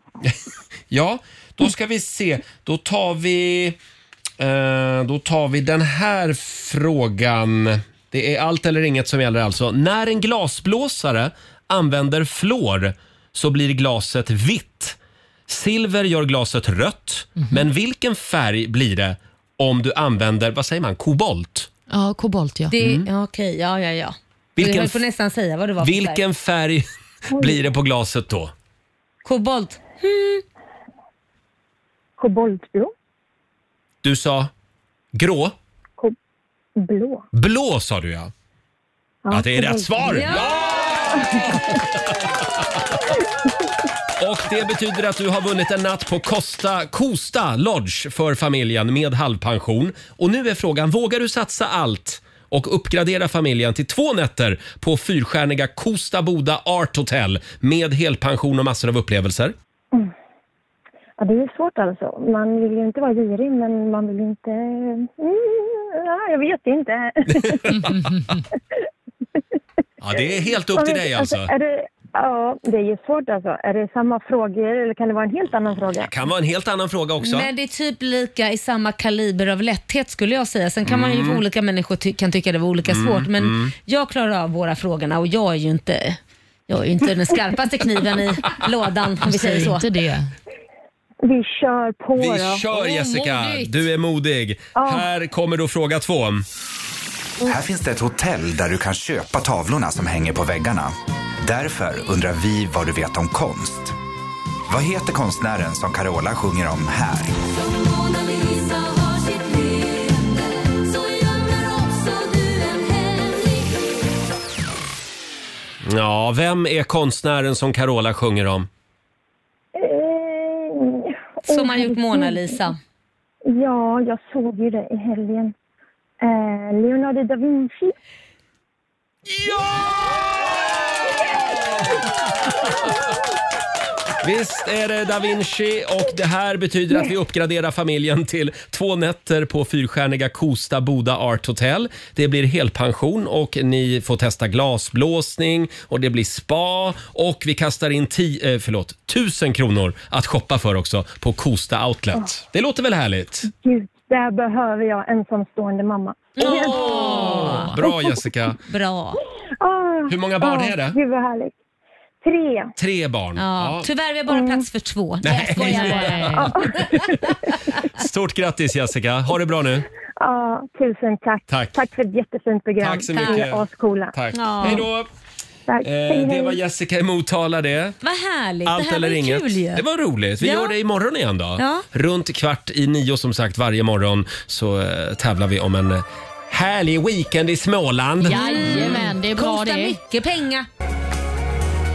Ja, då ska vi se. Då tar vi, eh, då tar vi den här frågan. Det är allt eller inget som gäller alltså. När en glasblåsare använder fluor så blir glaset vitt. Silver gör glaset rött. Men vilken färg blir det om du använder, vad säger man, kobolt? Ja, kobolt ja. Det, ja, Okej, ja, ja, ja. Mm. Vilken Vilken, jag f- får nästan säga vad det var för färg. Vilken färg blir det på glaset då? Kobolt. Mm. Koboltblå. Du sa grå? Blå. Blå sa du ja. Ja, det är rätt svar! Ja! Och det betyder att du har vunnit en natt på Costa Costa Lodge för familjen med halvpension. Och nu är frågan, vågar du satsa allt och uppgradera familjen till två nätter på fyrstjärniga Costa Boda Art Hotel med helpension och massor av upplevelser? Ja, det är ju svårt alltså. Man vill ju inte vara girig, men man vill inte... Mm, ja, jag vet inte. Ja, det är helt upp [LAUGHS] till dig alltså. eh, är det, ja, det är ju svårt alltså. Är det samma frågor eller kan det vara en helt annan fråga? Kan vara en helt annan fråga också. Men det är typ lika i samma kaliber av lätthet skulle jag säga. Sen kan man ju Mm. olika människor ty- kan tycka det var olika Mm, svårt men mm. jag klarar av båda frågorna och jag är ju inte jag är ju inte den skarpaste kniven i lådan om vi säger så. Alltså, Inte det. Vi kör på Vi då. kör Jessica, du är modig. Ja. Här kommer då fråga två. Här finns det ett hotell där du kan köpa tavlorna som hänger på väggarna. Därför undrar vi vad du vet om konst. Vad heter konstnären som Carola sjunger om här? Ja, vem är konstnären som Carola sjunger om? Som har gjort Mona Lisa. Eh, Ja, jag såg ju det i helgen. Eh, Leonardo da Vinci. Visst är det da Vinci och det här betyder att vi uppgraderar familjen till två nätter på fyrstjärniga Kosta Boda Art Hotel. Det blir helpension och ni får testa glasblåsning och det blir spa och vi kastar in ti, eh, förlåt, tusen kronor att shoppa för också på Kosta Outlet. Det låter väl härligt? Gud, där behöver jag ensamstående mamma. [LAUGHS] Åh, Bra Jessica! Bra. Hur många barn är det? Ah! Gud vad härligt. Tre. Tre barn. Ja. Tyvärr har jag bara plats för två. Nej, jag skojar bara. Stort grattis Jessica! Ha det bra nu! Ja, tusen tack. Tack. för ett jättefint program. Tack så Ni mycket. är ascoola. Tack. Ja. Hej då! Tack. hej, Eh, det hej. var Jessica i Motala det. Vad härligt. Allt det här eller var ju inget. kul ju. Det var roligt. Vi Ja. gör det imorgon igen då. Ja. Runt kvart i nio som sagt varje morgon så eh, tävlar vi om en eh, härlig weekend i Småland. Jajamän, det är bra Kostar det. mycket pengar.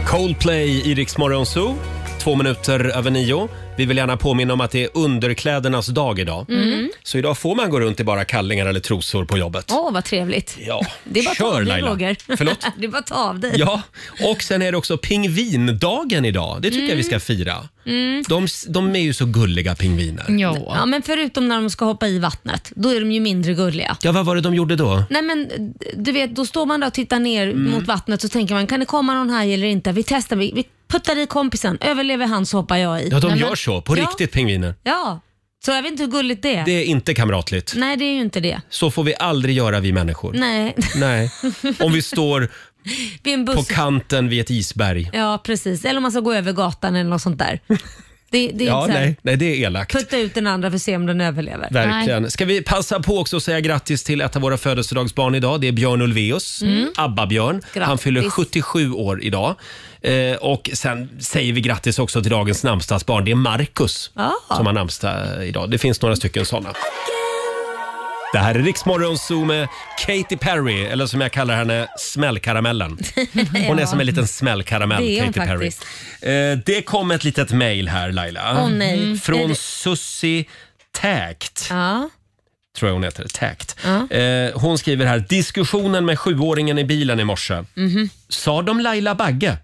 Coldplay i Rix Morgon Zoo. Två minuter över nio. Vi vill gärna påminna om att det är underklädernas dag idag. Mm. Så idag får man gå runt i bara kallingar eller trosor på jobbet. Åh, vad trevligt. Ja, Det är bara att ta kör, av dig Laila. Roger. [LAUGHS] Förlåt? [LAUGHS] det är bara att ta av dig. Ja, och sen är det också pingvindagen idag. Det tycker jag Mm. vi ska fira. Mm. De, de är ju så gulliga pingviner. Ja, men förutom när de ska hoppa i vattnet. Då är de ju mindre gulliga. Ja, vad var det de gjorde då? Nej men du vet, då står man där och tittar ner Mm. mot vattnet så tänker man, kan det komma någon haj eller inte? Vi testar, vi, vi puttar i kompisen. Överlever han så hoppar jag i. Ja, de Nej, men- gör så. På ja, riktigt pingviner. Ja, så jag vet inte hur gulligt det är. Det är inte kamratligt. Nej, det är ju inte det. Så får vi aldrig göra vi människor. Nej, [LAUGHS] Nej. Om vi står vid en på buss. kanten vid ett isberg. Ja, precis. Eller om man ska gå över gatan eller något sånt där. Det, det är Ja, inte så här, nej. nej, det är elakt. Putta ut den andra för att se om den överlever. Verkligen. Ska vi passa på också att säga grattis till ett av våra födelsedagsbarn idag. Det är Björn Ulvaeus, Mm. ABBA-Björn. Han Grattis. fyller 77 år idag. Eh, och sen säger vi grattis också till dagens namnsdagsbarn. Det är Marcus Ah. som har namnsdag idag. Det finns några stycken sådana. Det här är Riksmorgon Zoo med Katy Perry, eller som jag kallar henne, [LAUGHS] smällkaramellen. Hon är som en liten smällkaramell, Det är hon Katy Perry. faktiskt. Eh, det kom ett litet mejl här, Laila. Åh, nej. Mm. Är Från det- Sussi Täkt Ja. tror jag hon heter, Tact. Ja. Eh, hon skriver här, diskussionen med sjuåringen i bilen i morse. Mhm. Sa de Laila Bagge?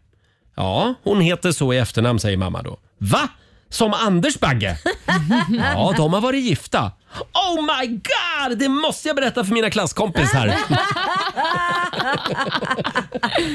Ja, hon heter så i efternamn säger mamma då. Va? Som Anders [LAUGHS] Bagge? Ja, de har varit gifta. Oh my god! Det måste jag berätta för mina [LAUGHS] klasskompisar.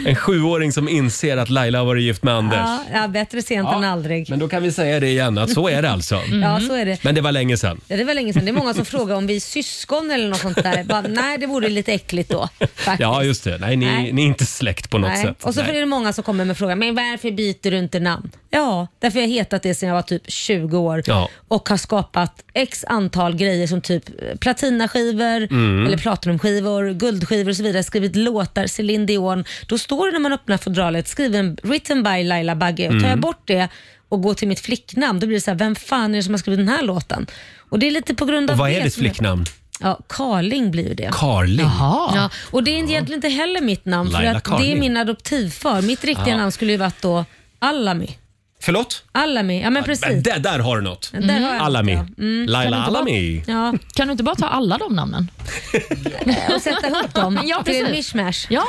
En sjuåring som inser att Laila har varit gift med Ja, Anders. ja, bättre sent än aldrig. Men då kan vi säga det igen, att så är det alltså. Ja, så är det. Men det var länge sedan. Ja, det var länge sedan. Det är många som frågar om vi är syskon eller något sånt där. Bara, nej, det vore lite äckligt då. Faktiskt. Ja, just det. Nej, ni, Nej. ni är inte släkt på något nej. sätt. Och så Nej. är det många som kommer med frågan, men varför byter du inte namn? Ja, därför jag har hetat det sedan jag var typ 20 år Ja. och har skapat x antal grejer som typ eh, platinaskivor, Mm. eller platinumskivor, guldskivor och så vidare. Skrivit låtar, Céline Dion. Då står det när man öppnar fodralet, skriven written by Laila Bagge och tar Mm. jag bort det och går till mitt flicknamn, då blir det så här, vem fan är det som har skrivit den här låten? Och det är lite på grund av Och vad det är ditt som jag- flicknamn? Ja, Karling blir ju det. Karling. Jaha. Ja, och det är egentligen inte heller mitt namn för Laila att det är Karling. min adoptivfar. Mitt riktiga Ja. namn skulle ju varit då Alami. Förlåt? Alami, ja men precis. Där, där har du något. Där har jag Alami. något, ja. Mm. Laila Kan du inte bara- Alami. Ja. Kan du inte bara ta alla de namnen? Och sätta [LAUGHS] ihop dem Ja, till en precis. mishmash. Ja.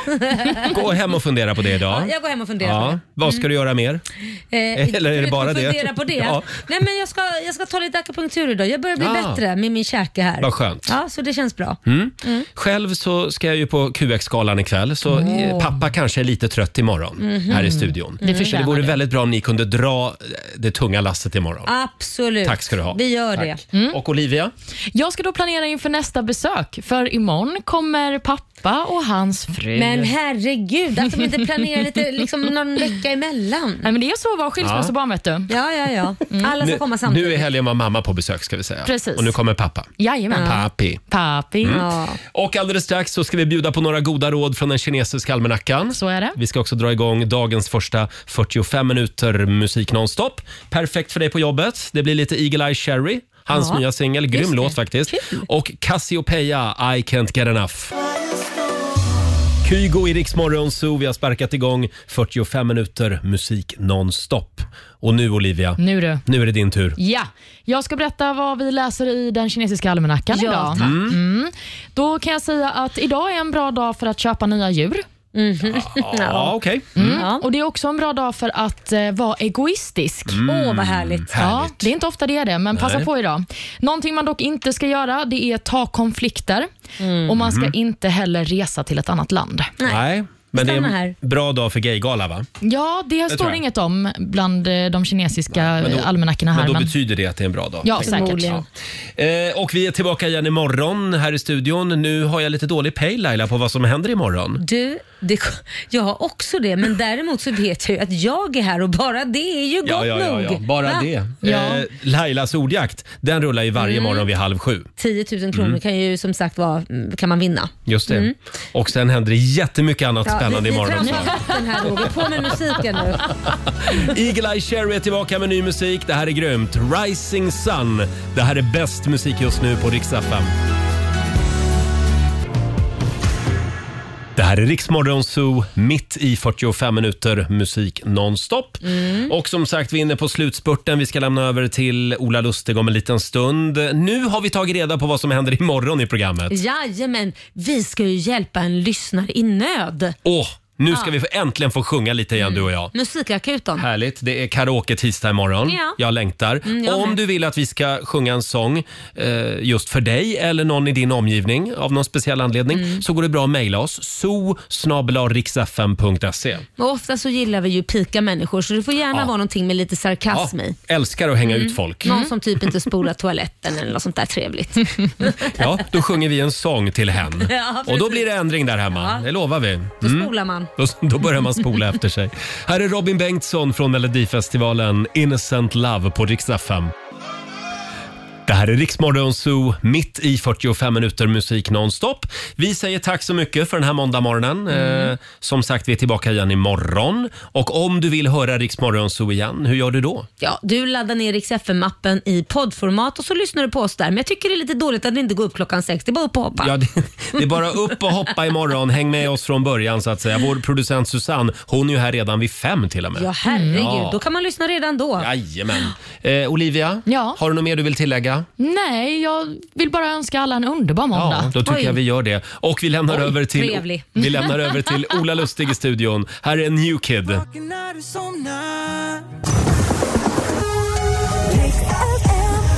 Gå hem och fundera på [LAUGHS] det idag. Ja, jag går hem och funderar på det. Mm. Vad ska du göra mer? [LAUGHS] Eller är det förutom bara att det? Fundera på det. Ja. Nej, men jag, ska, jag ska ta lite akupunktur idag. Jag börjar bli Ah. bättre med min käke här. Vad skönt. Ja, så det känns bra. Mm. Mm. Själv så ska jag ju på QX-galan ikväll, så Åh. eh, pappa kanske är lite trött imorgon Mhm. här i studion. Det Så det förtjänar vore du. väldigt bra om ni kunde dra eh, det tunga lasset imorgon. Absolut. Tack ska du ha. Vi gör Tack. det. Mm. Och Olivia? Jag ska då planera inför nästa besök, för imorgon kommer pappa och hans fru. Men herregud, att de inte planerar lite liksom, någon vecka emellan. Nej, men det är så att vara skilsmässobarn, vet du. Ja, ja, [LAUGHS] ja. Alla ska Nu- komma samtidigt. Nu är helgen var mamma på besök ska vi säga. Precis. Och nu kommer pappa. Jajamän. Pappi. Papi. Mm. Och alldeles strax så ska vi bjuda på några goda råd från den kinesiska almanackan. Så är det. Vi ska också dra igång dagens första 45 minuter musik nonstop. Perfekt för dig på jobbet. Det blir lite Eagle Eye Cherry, hans Ja. nya singel. Just Grym det. låt faktiskt. Och Cassiopeia, I can't get enough. Kygo i Rix Morgon Zoo. Vi har sparkat igång 45 minuter musik nonstop. Och nu Olivia, Nu du. nu är det din tur. Ja, jag ska berätta vad vi läser i den kinesiska almanackan Ja, idag. tack. Mm. Mm. Då kan jag säga att idag är en bra dag för att köpa nya djur. Ja, okej. Mm. Och Det är också en bra dag för att eh, vara egoistisk. Mm. Åh, vad härligt. Ja, Härligt. det är inte ofta det är det, men passa Nej. på idag. Någonting man dock inte ska göra det är ta konflikter och man ska Mhm. inte heller resa till ett annat land. Nej, men det är Stanna en här. bra dag för gaygala va? Ja, det, Det tror står jag. inget om bland eh, de kinesiska Men då- eh, almanackorna här. Men då men- betyder det att det är en bra dag. Ja, tänker jag. säkert. Ja. Eh, och vi är tillbaka igen imorgon här i studion. Nu har jag lite dålig pejl Laila på vad som händer imorgon. Du, det, [LAUGHS] jag har också det, men däremot så vet jag ju att jag är här och bara det är ju gott Ja, ja, ja, nog. Ah, ja. Bara Va? det. Ja. Eh, Lailas ordjakt, den rullar ju varje Mm. morgon vid halv sju. 10 000 kronor Mm. kan ju som sagt vara, mm, kan man vinna. Just det. Mm. Och sen händer det jättemycket annat spännande vi, vi imorgon också. trampar vatten här Roger, på med musiken [LAUGHS] nu. Eagle Eye Cherry är tillbaka med ny musik. Det här är grymt. Rising Sun. Det här är bäst musik just nu på Rix FM. Det här är Riksmorgon Zoo, mitt i 45 minuter musik nonstop. Och som sagt, vi är inne på slutspurten. Vi ska lämna över till Ola Lustig om en liten stund. Nu har vi tagit reda på vad som händer imorgon i programmet. Jajamän, vi ska ju hjälpa en lyssnare i nöd. Åh, nu ska Ja. vi få, äntligen få sjunga lite igen, du och jag. Musikakuten. Härligt. Det är karaoke tisdag imorgon. Ja. Jag längtar. Mm, jag Om med. du vill att vi ska sjunga en sång eh, just för dig eller någon i din omgivning av någon speciell anledning Mm. så går det bra att mejla oss. so Och ofta så gillar vi ju pika människor så det får gärna Ja. vara någonting med lite sarkasm i. Älskar att hänga Mm. ut folk. Någon som typ inte spolar toaletten eller något sånt där trevligt. Mm. Ja, då sjunger vi en sång till hen. [LAUGHS] Ja, Och då precis. blir det ändring där hemma. Det lovar vi. Då Mm. spolar man. Då, då börjar man spola efter sig. Här är Robin Bengtsson från Melodifestivalen Innocent Love på riksdag 5. Det här är Riksmorgon Zoo, mitt i 45 minuter musik nonstop. Vi säger tack så mycket för den här måndagmorgonen. Eh, som sagt, vi är tillbaka igen imorgon. Och om du vill höra Riksmorgon Zoo igen, hur gör du då? Ja, du laddar ner Rix FM-appen i poddformat och så lyssnar du på oss där. Men jag tycker det är lite dåligt att vi inte går upp klockan sex. Det är bara upp och hoppa. Ja, det, det är bara upp och hoppa imorgon. Häng med oss från början så att säga. Vår producent Susanne, hon är ju här redan vid fem till och med. Ja, herregud. Mm. Ja. Då kan man lyssna redan då. Jajamän. Eh, Olivia, Ja. har du något mer du vill tillägga? Nej, jag vill bara önska alla en underbar måndag. då tycker jag vi gör det. Och vi lämnar, över till, trevlig. [LAUGHS] vi lämnar över till Ola Lustig i studion. Här är en new kid.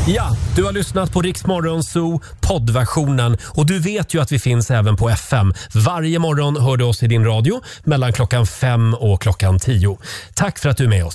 Ja, du har lyssnat på Rix Morgon Zoo poddversionen och du vet ju att vi finns även på FM. Varje morgon hör du oss i din radio mellan klockan fem och klockan tio. Tack för att du är med oss.